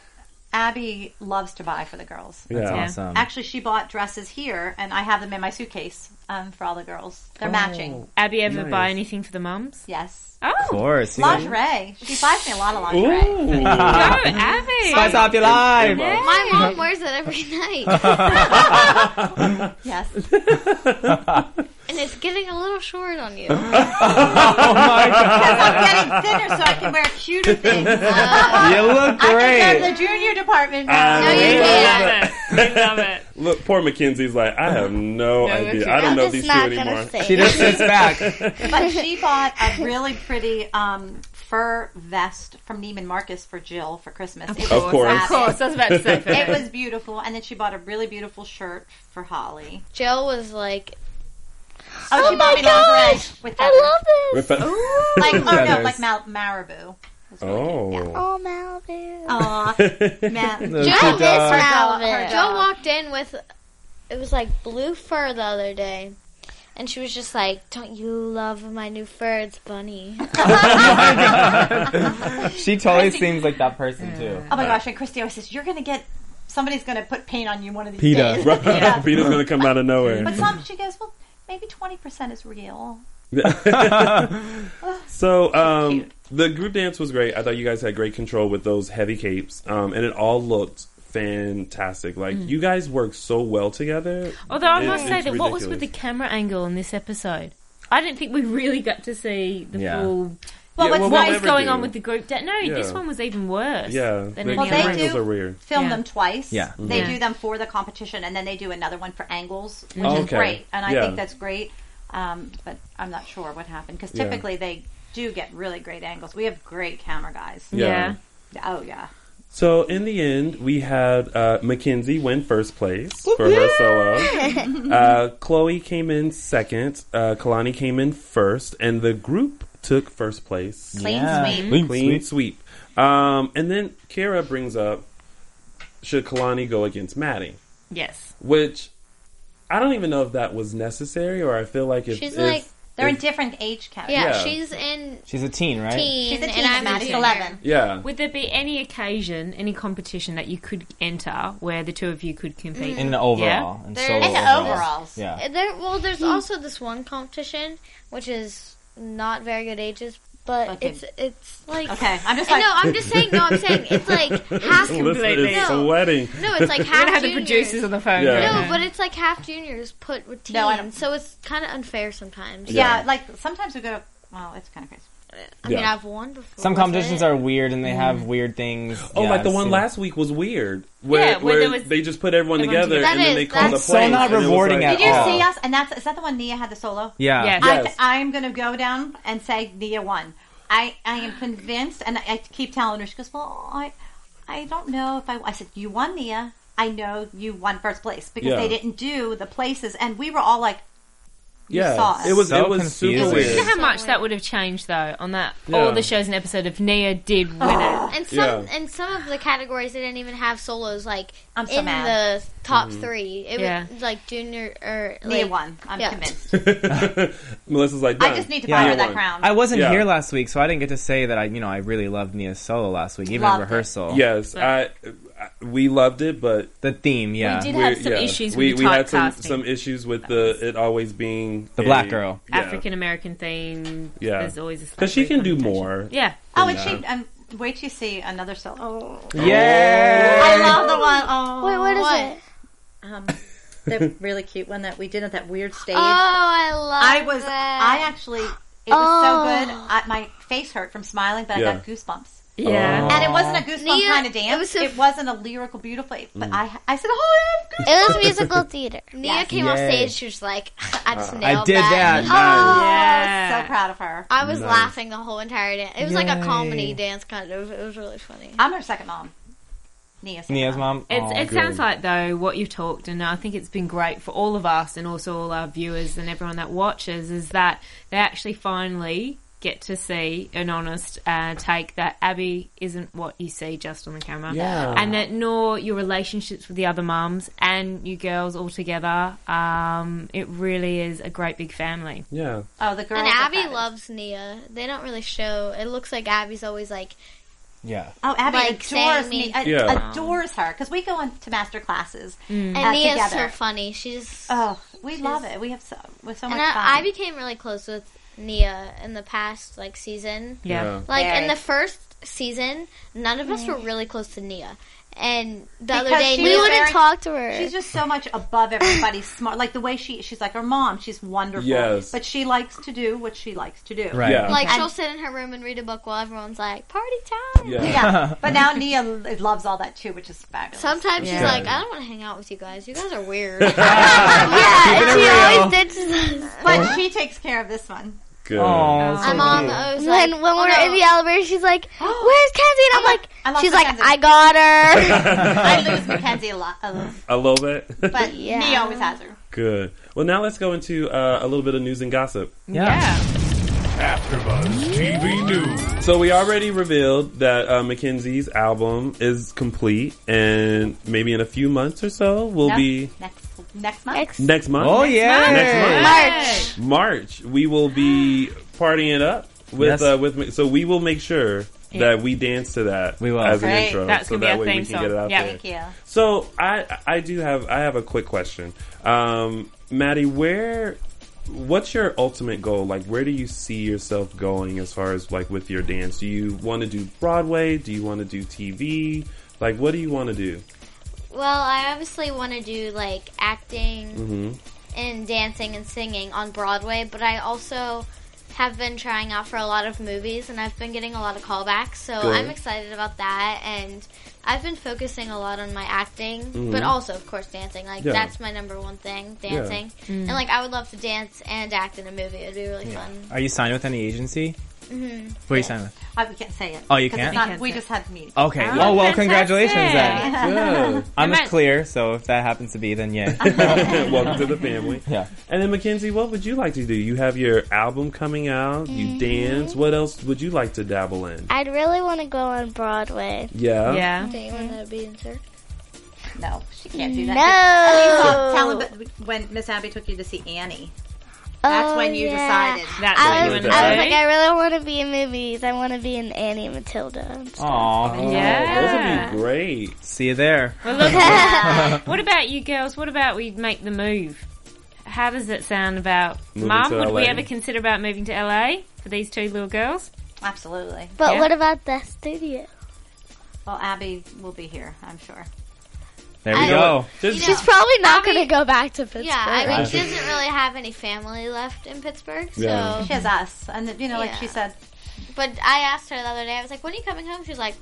K: Abby loves to buy for the girls.
I: That's Yeah. awesome.
K: Actually, she bought dresses here, and I have them in my suitcase um, for all the girls. They're
F: Oh,
K: matching.
F: Abby ever buy anything for the mums?
K: Yes.
F: Oh,
I: Of course. you got-
K: Lingerie. She buys me a lot of lingerie.
I: Ooh.
F: Abby.
I: Spice up your life.
L: My mom wears it every night.
K: yes.
L: and it's getting a little short on you. Uh,
I: Oh my
K: I'm getting thinner, so I can wear cuter things.
I: You look
K: I can go
H: great.
K: to the junior department.
H: *laughs* I
K: now.
H: No, you love can't.
F: Love it.
H: *laughs* Look, poor Mackenzie's like, I have no, idea. I don't
K: I'm
H: know
K: just
H: these two
K: not gonna
H: anymore.
K: say She just
I: sits back.
K: *laughs* but she bought a really pretty um, fur vest from Neiman Marcus for Jill for Christmas. Of
H: course. Of course.
K: Was
H: Of course,
L: I was about to say, for
K: it
L: her.
K: was beautiful, and then she bought a really beautiful shirt for Holly.
L: Jill was like,
K: Oh, she bought me lingerie with
L: I
K: feathers.
L: love this.
H: With fe- *laughs*
K: like oh no,
H: Feathers.
K: like Mal- Marabou.
H: *laughs* Oh.
L: Oh, Malibu.
K: Aw, Ma-
L: Jill,
H: Her dog.
K: Her dog.
L: Jill walked in with it was like blue fur the other day, and she was just like, "Don't you love my new fur? It's bunny."
I: She totally seems like that person too.
K: *laughs* Oh my gosh! And Christy always says, "You're gonna get somebody's gonna put paint on you one of these
I: PETA.
K: days."
H: Right.
K: Yeah.
H: *laughs* Peter's gonna come out of nowhere.
K: But some she goes, "Well, maybe twenty percent is real."
H: so um, the group dance was great. I thought you guys had great control with those heavy capes, um, and it all looked fantastic. Like
F: Mm.
H: you guys worked so well together.
F: Although I
H: It's-
F: must say
H: it's
F: that what was with the
H: ridiculous.
F: camera angle in this episode? I didn't think we really got to see the
H: Yeah.
F: full.
H: Well, Yeah, what's well,
F: what
H: we'll
F: is
H: never
F: going
H: do.
F: on with the group? Da- no, this
H: Yeah.
F: one was even worse.
H: Yeah,
F: than
H: the
F: any
K: Well,
F: other one.
K: they do film
F: Yeah.
K: them twice.
H: Yeah.
K: They
H: Mhm.
K: do them for the competition, and then they do another one for angles, which
H: Oh,
K: is
H: okay.
K: great. And I
H: Yeah.
K: think that's great. Um, but I'm not sure what happened because
H: Yeah.
K: typically they do get really great angles. We have great camera guys.
H: Yeah.
K: Oh yeah.
H: So in the end, we had uh, Mackenzie win first place for her solo. Uh, Chloe came in second. Uh, Kalani came in first, and the group took first place.
K: Clean Yeah. sweep.
H: Clean,
K: Clean
H: sweep. Um, and then Kara brings up, should Kalani go against Maddie?
F: Yes.
H: Which I don't even know if that was necessary, or I feel like if
L: She's
H: if-
L: like-
K: They're in
H: if-
K: different age categories.
L: yeah,
H: Yeah.
L: she's in
I: She's a teen, right?
L: teen,
K: She's a teen,
L: and I'm
K: Maddie's
L: a junior.
K: 11.
H: yeah.
F: Would there be any occasion, any competition that you could enter where the two of you could compete
I: In the overall, in
L: There's-
I: solo In the overalls. overalls. Yeah.
L: Uh, There, well, there's
K: Hmm.
L: also this one competition which is not very good ages, but
K: Okay.
L: it's it's like
K: Okay, I'm just
L: Uh,
K: like-
L: no, I'm just saying. No, I'm saying
K: *laughs*
L: it's like half
H: This is
L: No,
H: sweating.
L: no, it's like half
F: have the
L: juniors.
F: producers on the phone Yeah. right
L: No,
F: now.
L: but it's like half juniors put with teens,
K: No, I
L: so it's kind of unfair sometimes.
K: Yeah, Uh, like sometimes we go. to... Well, it's kind of crazy.
L: I mean,
H: Yeah.
L: I've won before.
I: Some
L: Was
I: competitions
L: it?
I: are weird and they have weird things.
H: Oh,
I: Yeah,
H: like the
I: I've
H: one
I: seen-
H: last week was weird. Where,
L: Yeah,
H: where,
L: where there was-
H: they just put everyone,
I: everyone
H: together,
I: together.
H: and then
I: That
H: they
I: is-
H: called the
I: that's-
H: play.
I: So not rewarding
K: Did
I: at
K: you
H: "Oh,
I: all.
K: see us? And that's is that the one Nia had the solo?
I: Yeah. Yes. Yes.
K: I, I'm going to go down and say Nia won. I, I am convinced, and I, I keep telling her. She goes, "Well, I I don't know if I." I said, "You won, Nia. I know you won first place because
H: Yeah.
K: they didn't do the places, and we were all like." You
H: Yeah,
K: saw us.
H: it was it was super
F: You know
L: *laughs*
H: weird.
F: how much that would have changed though on that
H: Yeah.
F: all the shows and episode if Nia did win
K: *gasps*
F: it.
L: And some and some of the categories they didn't even have solos like
K: I'm so
L: in
K: mad.
L: the top
H: Mhm.
L: three. It
F: Yeah.
L: was like junior or
K: Nia
L: like,
K: won. Um, I'm
L: yeah.
K: convinced.
H: Melissa's like,
K: I
H: done.
K: just need to buy her
H: Nia
K: that
H: won.
K: crown.
I: I wasn't
H: Yeah.
I: here last week, so I didn't get to say that I, you know, I really loved Nia's solo last week, even
F: Loved
I: in
F: it.
I: rehearsal.
H: Yes, I, I we loved it, but
I: the theme, yeah,
F: We did have some issues
H: we,
F: with
H: we had some
F: typecasting.
H: some issues with the it always being
I: The
H: a-
I: black girl.
H: Yeah,
F: African American thing.
H: yeah,
F: There's always a
H: because she can do more.
F: Yeah.
K: Oh,
H: than
K: and she.
H: that.
K: Um, wait till you see another solo. Oh.
H: Yeah.
K: I love the one. Oh,
L: Wait, what is
K: it? Um, the *laughs* really cute one that we did at that weird stage.
L: Oh, I love.
K: I was.
L: that.
K: I actually. It was so
L: Oh.
K: good. I, my face hurt from smiling, but
H: Yeah.
K: I got goosebumps.
H: Oh, Yeah.
K: and it wasn't a goosebump
L: Nia-
K: kind of dance. It, was not a lyrical, beautiful. But I, I said, "Oh, I have
L: It was musical *laughs* theater. Nia
K: Yes.
L: came off
I: Yay.
L: stage. She was like, *laughs* "I just
I: Uh,
L: nailed
I: I did that.
L: Oh,
I: Nice.
K: goosebumps." So proud of her.
L: I was
I: Nice.
L: laughing the whole entire dance. It was like a comedy
I: Yay.
L: dance kind of. It was really funny.
K: I'm her second mom. Nia's
I: Nia's mom.
F: It's,
I: Aw,
F: it
I: good.
F: sounds like though what you've talked, and I think it's been great for all of us, and also all our viewers and everyone that watches, is that they actually finally get to see an honest uh, take that Abby isn't what you see just on the camera,
H: Yeah.
F: and that nor your relationships with the other mums and you girls all together. Um, it really is a great big family.
H: Yeah.
K: Oh, the girl.
L: and Abby loves Nia. They don't really show. It looks like Abby's always like
I: Yeah.
K: Oh, Abby
L: Like,
K: adores
L: saying
K: me.
L: me.
K: a-
I: Yeah.
K: Adores her because we go on to master classes
L: Mm. And
K: uh,
L: Nia's
K: together.
L: so funny. She's
K: oh, we love it. We have so, with so
L: and
K: much
L: I,
K: fun.
L: I became really close with Nia in the past like season.
K: Yeah. Yeah.
L: Like
K: Very.
L: in the first season, none of us were really close to Nia. And the other
K: Mm-hmm. Because
L: day
K: she
L: we
K: was
L: wouldn't
K: very-
L: talk to her.
K: She's just so much above everybody's smart. Like the way she, she's like her mom. She's wonderful.
H: Yes.
K: But she likes to do what she likes to do.
H: Right. Yeah.
L: like
K: And-
L: she'll sit in her room and read a book while everyone's like, Party time
H: Yeah.
K: yeah. But now Nia loves all that too, which is fabulous.
L: Sometimes she's
H: Yeah.
L: like, I don't want to hang out with you guys. You guys are weird. *laughs* yeah, and
K: Keeping it
L: she
K: real.
L: always ditches us.
K: But she takes care of this one.
H: Good.
I: Oh,
L: My mom always like,
M: when when we're
L: "Oh, no."
M: in the elevator, she's
L: *gasps*
M: like, "Where's Kenzie?" And I'm like,
K: lost
M: "She's
K: my
M: like,
K: Kenzie.
M: I got
H: *laughs*
L: *laughs*
M: her."
K: I lose Mackenzie a lot, a little,
H: A little *laughs* bit.
K: but Nia always has her.
H: Good. Well, now let's go into uh, a little bit of news and gossip.
G: AfterBuzz TV News.
H: So we already revealed that uh, Mackenzie's album is complete, and maybe in a few months or so we'll
K: No,
H: be
K: next next month.
H: next month.
I: Oh, yeah.
H: next month, March. We
I: *gasps*
H: will be partying it up with
I: Yes.
H: uh, with. Ma- So we will make sure
I: Yeah.
H: that we dance to that. We will as an
I: Great.
H: intro.
I: That's
H: so
I: gonna be
H: that
I: our
H: way
I: theme
H: we can
I: song.
H: get it out
I: Yeah.
H: there.
I: Thank you.
H: So I I do have I have a quick question, um, Maddie. Where what's your ultimate goal? Like, where do you see yourself going as far as like with your dance? Do you want to do Broadway? Do you want to do TV? Like, what do you want to do?
L: Well, I obviously want to do like acting
H: Mm-hmm.
L: and dancing and singing on Broadway, but I also have been trying out for a lot of movies and I've been getting a lot of callbacks, so
H: Good.
L: I'm excited about that and I've been focusing a lot on my acting,
N: Mhm.
L: but also of course dancing. Like
N: Yeah.
L: that's my number one thing,
I: Yeah.
L: dancing.
I: Mm.
L: And like I would love to dance and act in a movie. It'd be really fun.
I: Are you signed with any agency?
L: Mhm.
I: Where are you signed with?
K: I, we can't say it.
I: Oh, you
K: 'cause
I: can't?
K: it's not- we just had meetings.
I: Okay. Oh, well, congratulations then.
H: Good.
I: I'm
H: It
I: as
H: might-
I: clear, so if that happens to be, then yeah.
H: *laughs* Welcome to the family.
I: *laughs* Yeah.
H: And then Mackenzie, what would you like to do? You have your album coming out. You
M: Mhm.
H: dance. What else would you like to dabble in?
M: I'd really want to go on Broadway.
H: Yeah? Yeah.
M: Do you want to be in sir?
K: No, she can't do that.
M: No.
K: You saw- tell him that when Miss Abby took you to see Annie. That's
M: Oh,
K: when you
M: yeah.
K: decided.
M: I was,
H: when you
M: I was
H: decided.
M: like, I really want to be in movies. I want to be in Annie and Matilda.
H: Aw,
F: Yeah.
H: those would be great.
I: See you there.
F: Well,
H: *laughs*
F: look, what about you girls? What about we make the move? How does it sound about
H: Moving
F: mum?
H: to
F: Would we
H: LA?
F: ever consider about moving to LA for these two little girls?
K: Absolutely.
M: But what about the studio?
K: Well, Abby will be here, I'm sure.
I: There we
M: I-
I: go.
M: She's probably not going to go back to Pittsburgh.
L: Yeah, I mean she
I: Right.
L: doesn't really have any family left in Pittsburgh, so
I: Yeah.
K: She has us, and you know, like she
L: Yeah.
H: *laughs*
K: said,
L: But I asked her the other day. I was like, "When are you coming home?" She was like,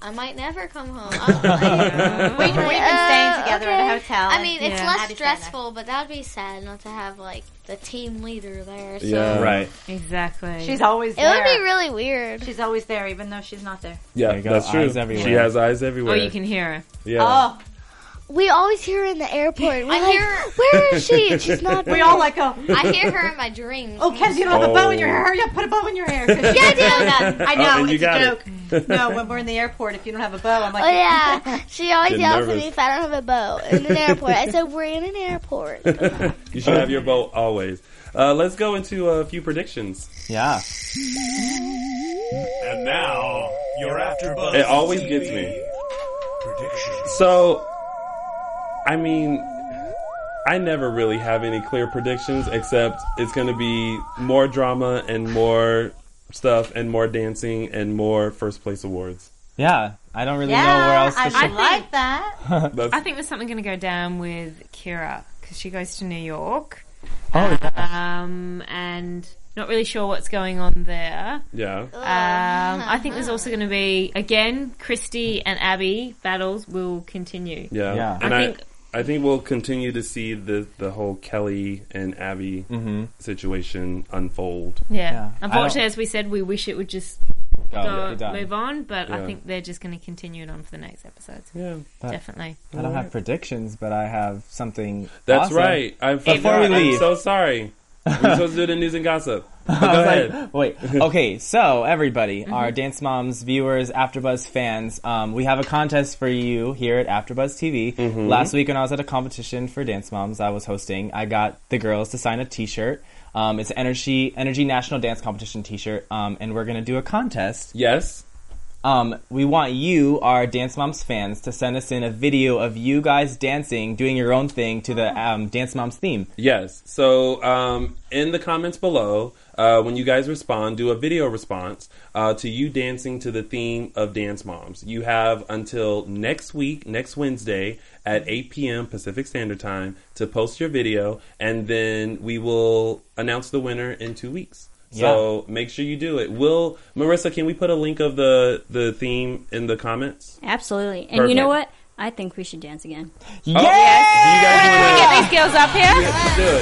L: "I might never come
H: *laughs*
L: home." I was like,
K: We- we've been staying together in a
L: okay.
K: hotel,
L: I
K: and-
L: mean, it's
K: Yeah.
L: less
K: Abby's staying
L: stressful, but that would be sad not to have like the team leader there. So.
H: Yeah. Right.
F: Exactly.
K: she's always
L: It
K: there.
L: would be really weird.
K: She's always there, even though she's not there.
H: Yeah,
I: There you go.
H: that's true.
I: Eyes everywhere.
H: She has eyes everywhere.
F: Oh, you can Oh. hear her.
H: Yeah.
M: We always hear her in the airport. We're
L: I
M: like,
L: hear-
M: where is she? And she's
H: *laughs*
M: not.
K: We
M: there.
K: all like go.
L: I hear her in my dreams.
K: Oh, Kenzie, you don't have a bow in your hair.
L: Oh.
K: Hurry up, put a bow in your
F: *laughs*
K: hair. 'cause
L: Yeah, I
K: she's
L: do.
K: doing that. I
L: Oh,
K: know,
L: and
K: it's
L: you got
K: a
L: it.
K: joke. no, when we're in the airport, if you don't have a bow, I'm like,
M: *laughs* Oh yeah, she always
H: Get
M: yells at
H: nervous.
M: me if I don't have a bow in an airport. I said we're in an
H: *laughs*
M: airport.
H: you should have your bow always. Uh, let's go into a few predictions.
I: Yeah.
O: And now, your AfterBuzz.
H: It always gets me. So, I mean, I never really have any clear predictions except it's going to be more drama and more stuff and more dancing and more first place awards.
I: Yeah, I don't really
F: Yeah,
I: know where else
F: I-
I: to
F: I
I: go.
F: like
K: that.
F: I think there's something going to go down with Kira because she goes to New York.
I: Oh,
F: um, and not really sure what's going on there.
H: Yeah.
F: Um, I think there's also going to be again Christy and Abby battles will continue.
H: Yeah. And
F: I
H: I,
F: think
H: I think we'll continue to see the, the whole Kelly and Abby situation unfold.
F: Yeah.
I: I
F: Unfortunately,
I: don't-
F: as we said, we wish it would just
I: Go,
F: go-
I: be done.
F: move on, but I
I: Yeah.
F: think they're just going to continue it on for the next episodes.
H: Yeah.
F: Definitely.
I: I don't have predictions, but I have something.
H: That's
I: awesome.
H: right. I
I: Before we
H: forgot. I'm
I: leave,
H: so sorry.
I: *laughs*
H: We're supposed to do the news and gossip. But go
I: I was
H: ahead.
I: like,
H: *laughs*
I: wait. Okay, so everybody,
H: Mhm.
I: our Dance Moms viewers, AfterBuzz fans, um, we have a contest for you here at AfterBuzz TV.
H: Mm-hmm.
I: Last week, when I was at a competition for Dance Moms, I was hosting. I got the girls to sign a T-shirt. Um, it's an Energy Energy National Dance Competition T-shirt, um, and we're gonna do a contest.
H: Yes.
I: Um, we want you, our Dance Moms fans, to send us in a video of you guys dancing, doing your own thing to the um, Dance Moms theme.
H: Yes. So um, in the comments below, uh, when you guys respond, do a video response uh, to you dancing to the theme of Dance Moms. You have until next week, next Wednesday at 8 p.m. Pacific Standard Time to post your video, and then we will announce the winner in two weeks. So make sure you do it. Will Marissa? Can we put a link of the the theme in the comments?
J: Absolutely. And
H: Perfect.
J: you know what? I think we should dance again.
H: Yeah!
F: Get
H: Yes!
F: these girls up here.
H: Do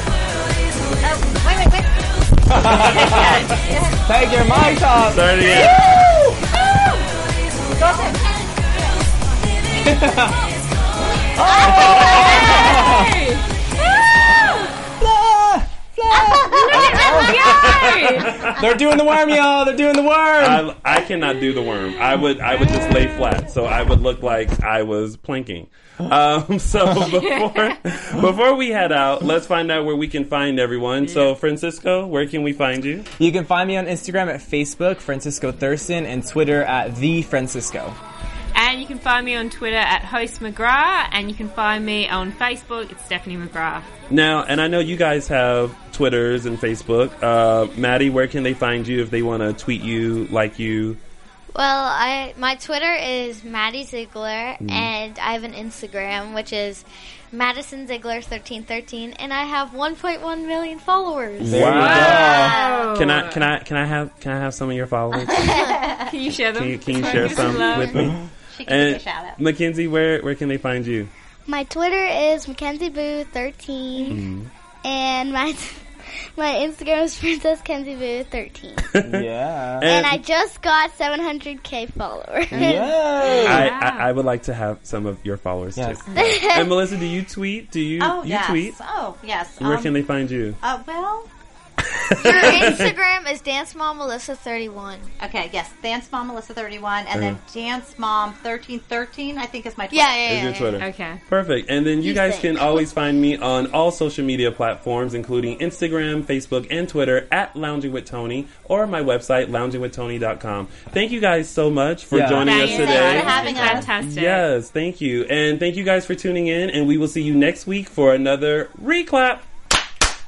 H: it.
K: Oh, wait, wait, wait.
I: Take your mic off.
H: Start it
K: Go ahead.
I: They're doing the
M: *laughs*
I: worm, y'all. They're doing the worm.
H: I, I cannot do the worm. I would I would just lay flat, so I would look like I was planking. Um, *laughs* so before before we head out, let's find out where we can find everyone. So Francisco, where can we find you?
I: You can find me on Instagram at Facebook, Francisco Thurston, and Twitter at the Francisco.
F: And you can find me on Twitter at host McGrath, and you can find me on Facebook. It's Stephanie McGrath.
H: Now, and I know you guys have Twitters and Facebook. Uh, Maddie, where can they find you if they want to tweet you, like you?
L: Well, I my Twitter is Maddie Ziegler,
H: Mhm.
L: and I have an Instagram which is Madison Ziegler thirteen thirteen, and I have one point one million followers. Wow.
H: Can I can I can I have can I have some of
M: *laughs*
H: your followers?
F: can you share them?
H: Can you, can you share some with me?
M: She can
H: And
M: take a shout out.
H: Mackenzie, where where can they find you?
M: My Twitter is Mackenzie Boo 13
H: Mm-hmm.
M: and
L: *laughs*
M: my my Instagram is Princess Kenzie Boo
H: *laughs*
M: 13
I: yeah.
M: and, I just got 700k
H: *laughs*
M: followers.
L: *laughs*
H: I, I, I would like to have some of your followers too. and Melissa, do you tweet? Do you
K: Oh,
H: you
K: yes.
H: tweet?
K: Oh, yes.
H: Where
K: Um,
H: can they find you?
K: Uh, well,
L: Your
H: *laughs*
L: Instagram is Dance Mom Melissa thirty one.
K: Okay, yes, Dance Mom Melissa thirty one, and then Dance Mom thirteen thirteen. I think is my Twitter.
H: Is your Twitter. Perfect. And then you
K: You
H: guys
K: think.
H: can always find me on all social media platforms, including Instagram, Facebook, and Twitter at Lounging with Tony or my website, loungingwithtony.com. Thank you guys so much for
I: Yeah.
H: joining
I: Thank
H: us
I: you.
H: today.
I: Thanks for having
F: us. Fantastic.
H: Yes, thank you. And thank you guys for tuning in. And we will see you next week for another reclap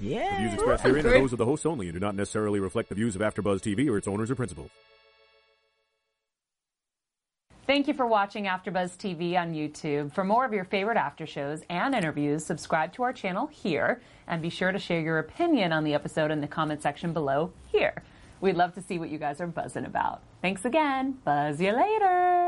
G: Yeah.
N: The views expressed herein are those of the hosts only and do not necessarily reflect the views of AfterBuzz TV or its owners or principals.
P: Thank you for watching AfterBuzz TV on YouTube. For more of your favorite after shows and interviews, subscribe to our channel here, and be sure to share your opinion on the episode in the comment section below here. We'd love to see what you guys are buzzing about. Thanks again. Buzz you later.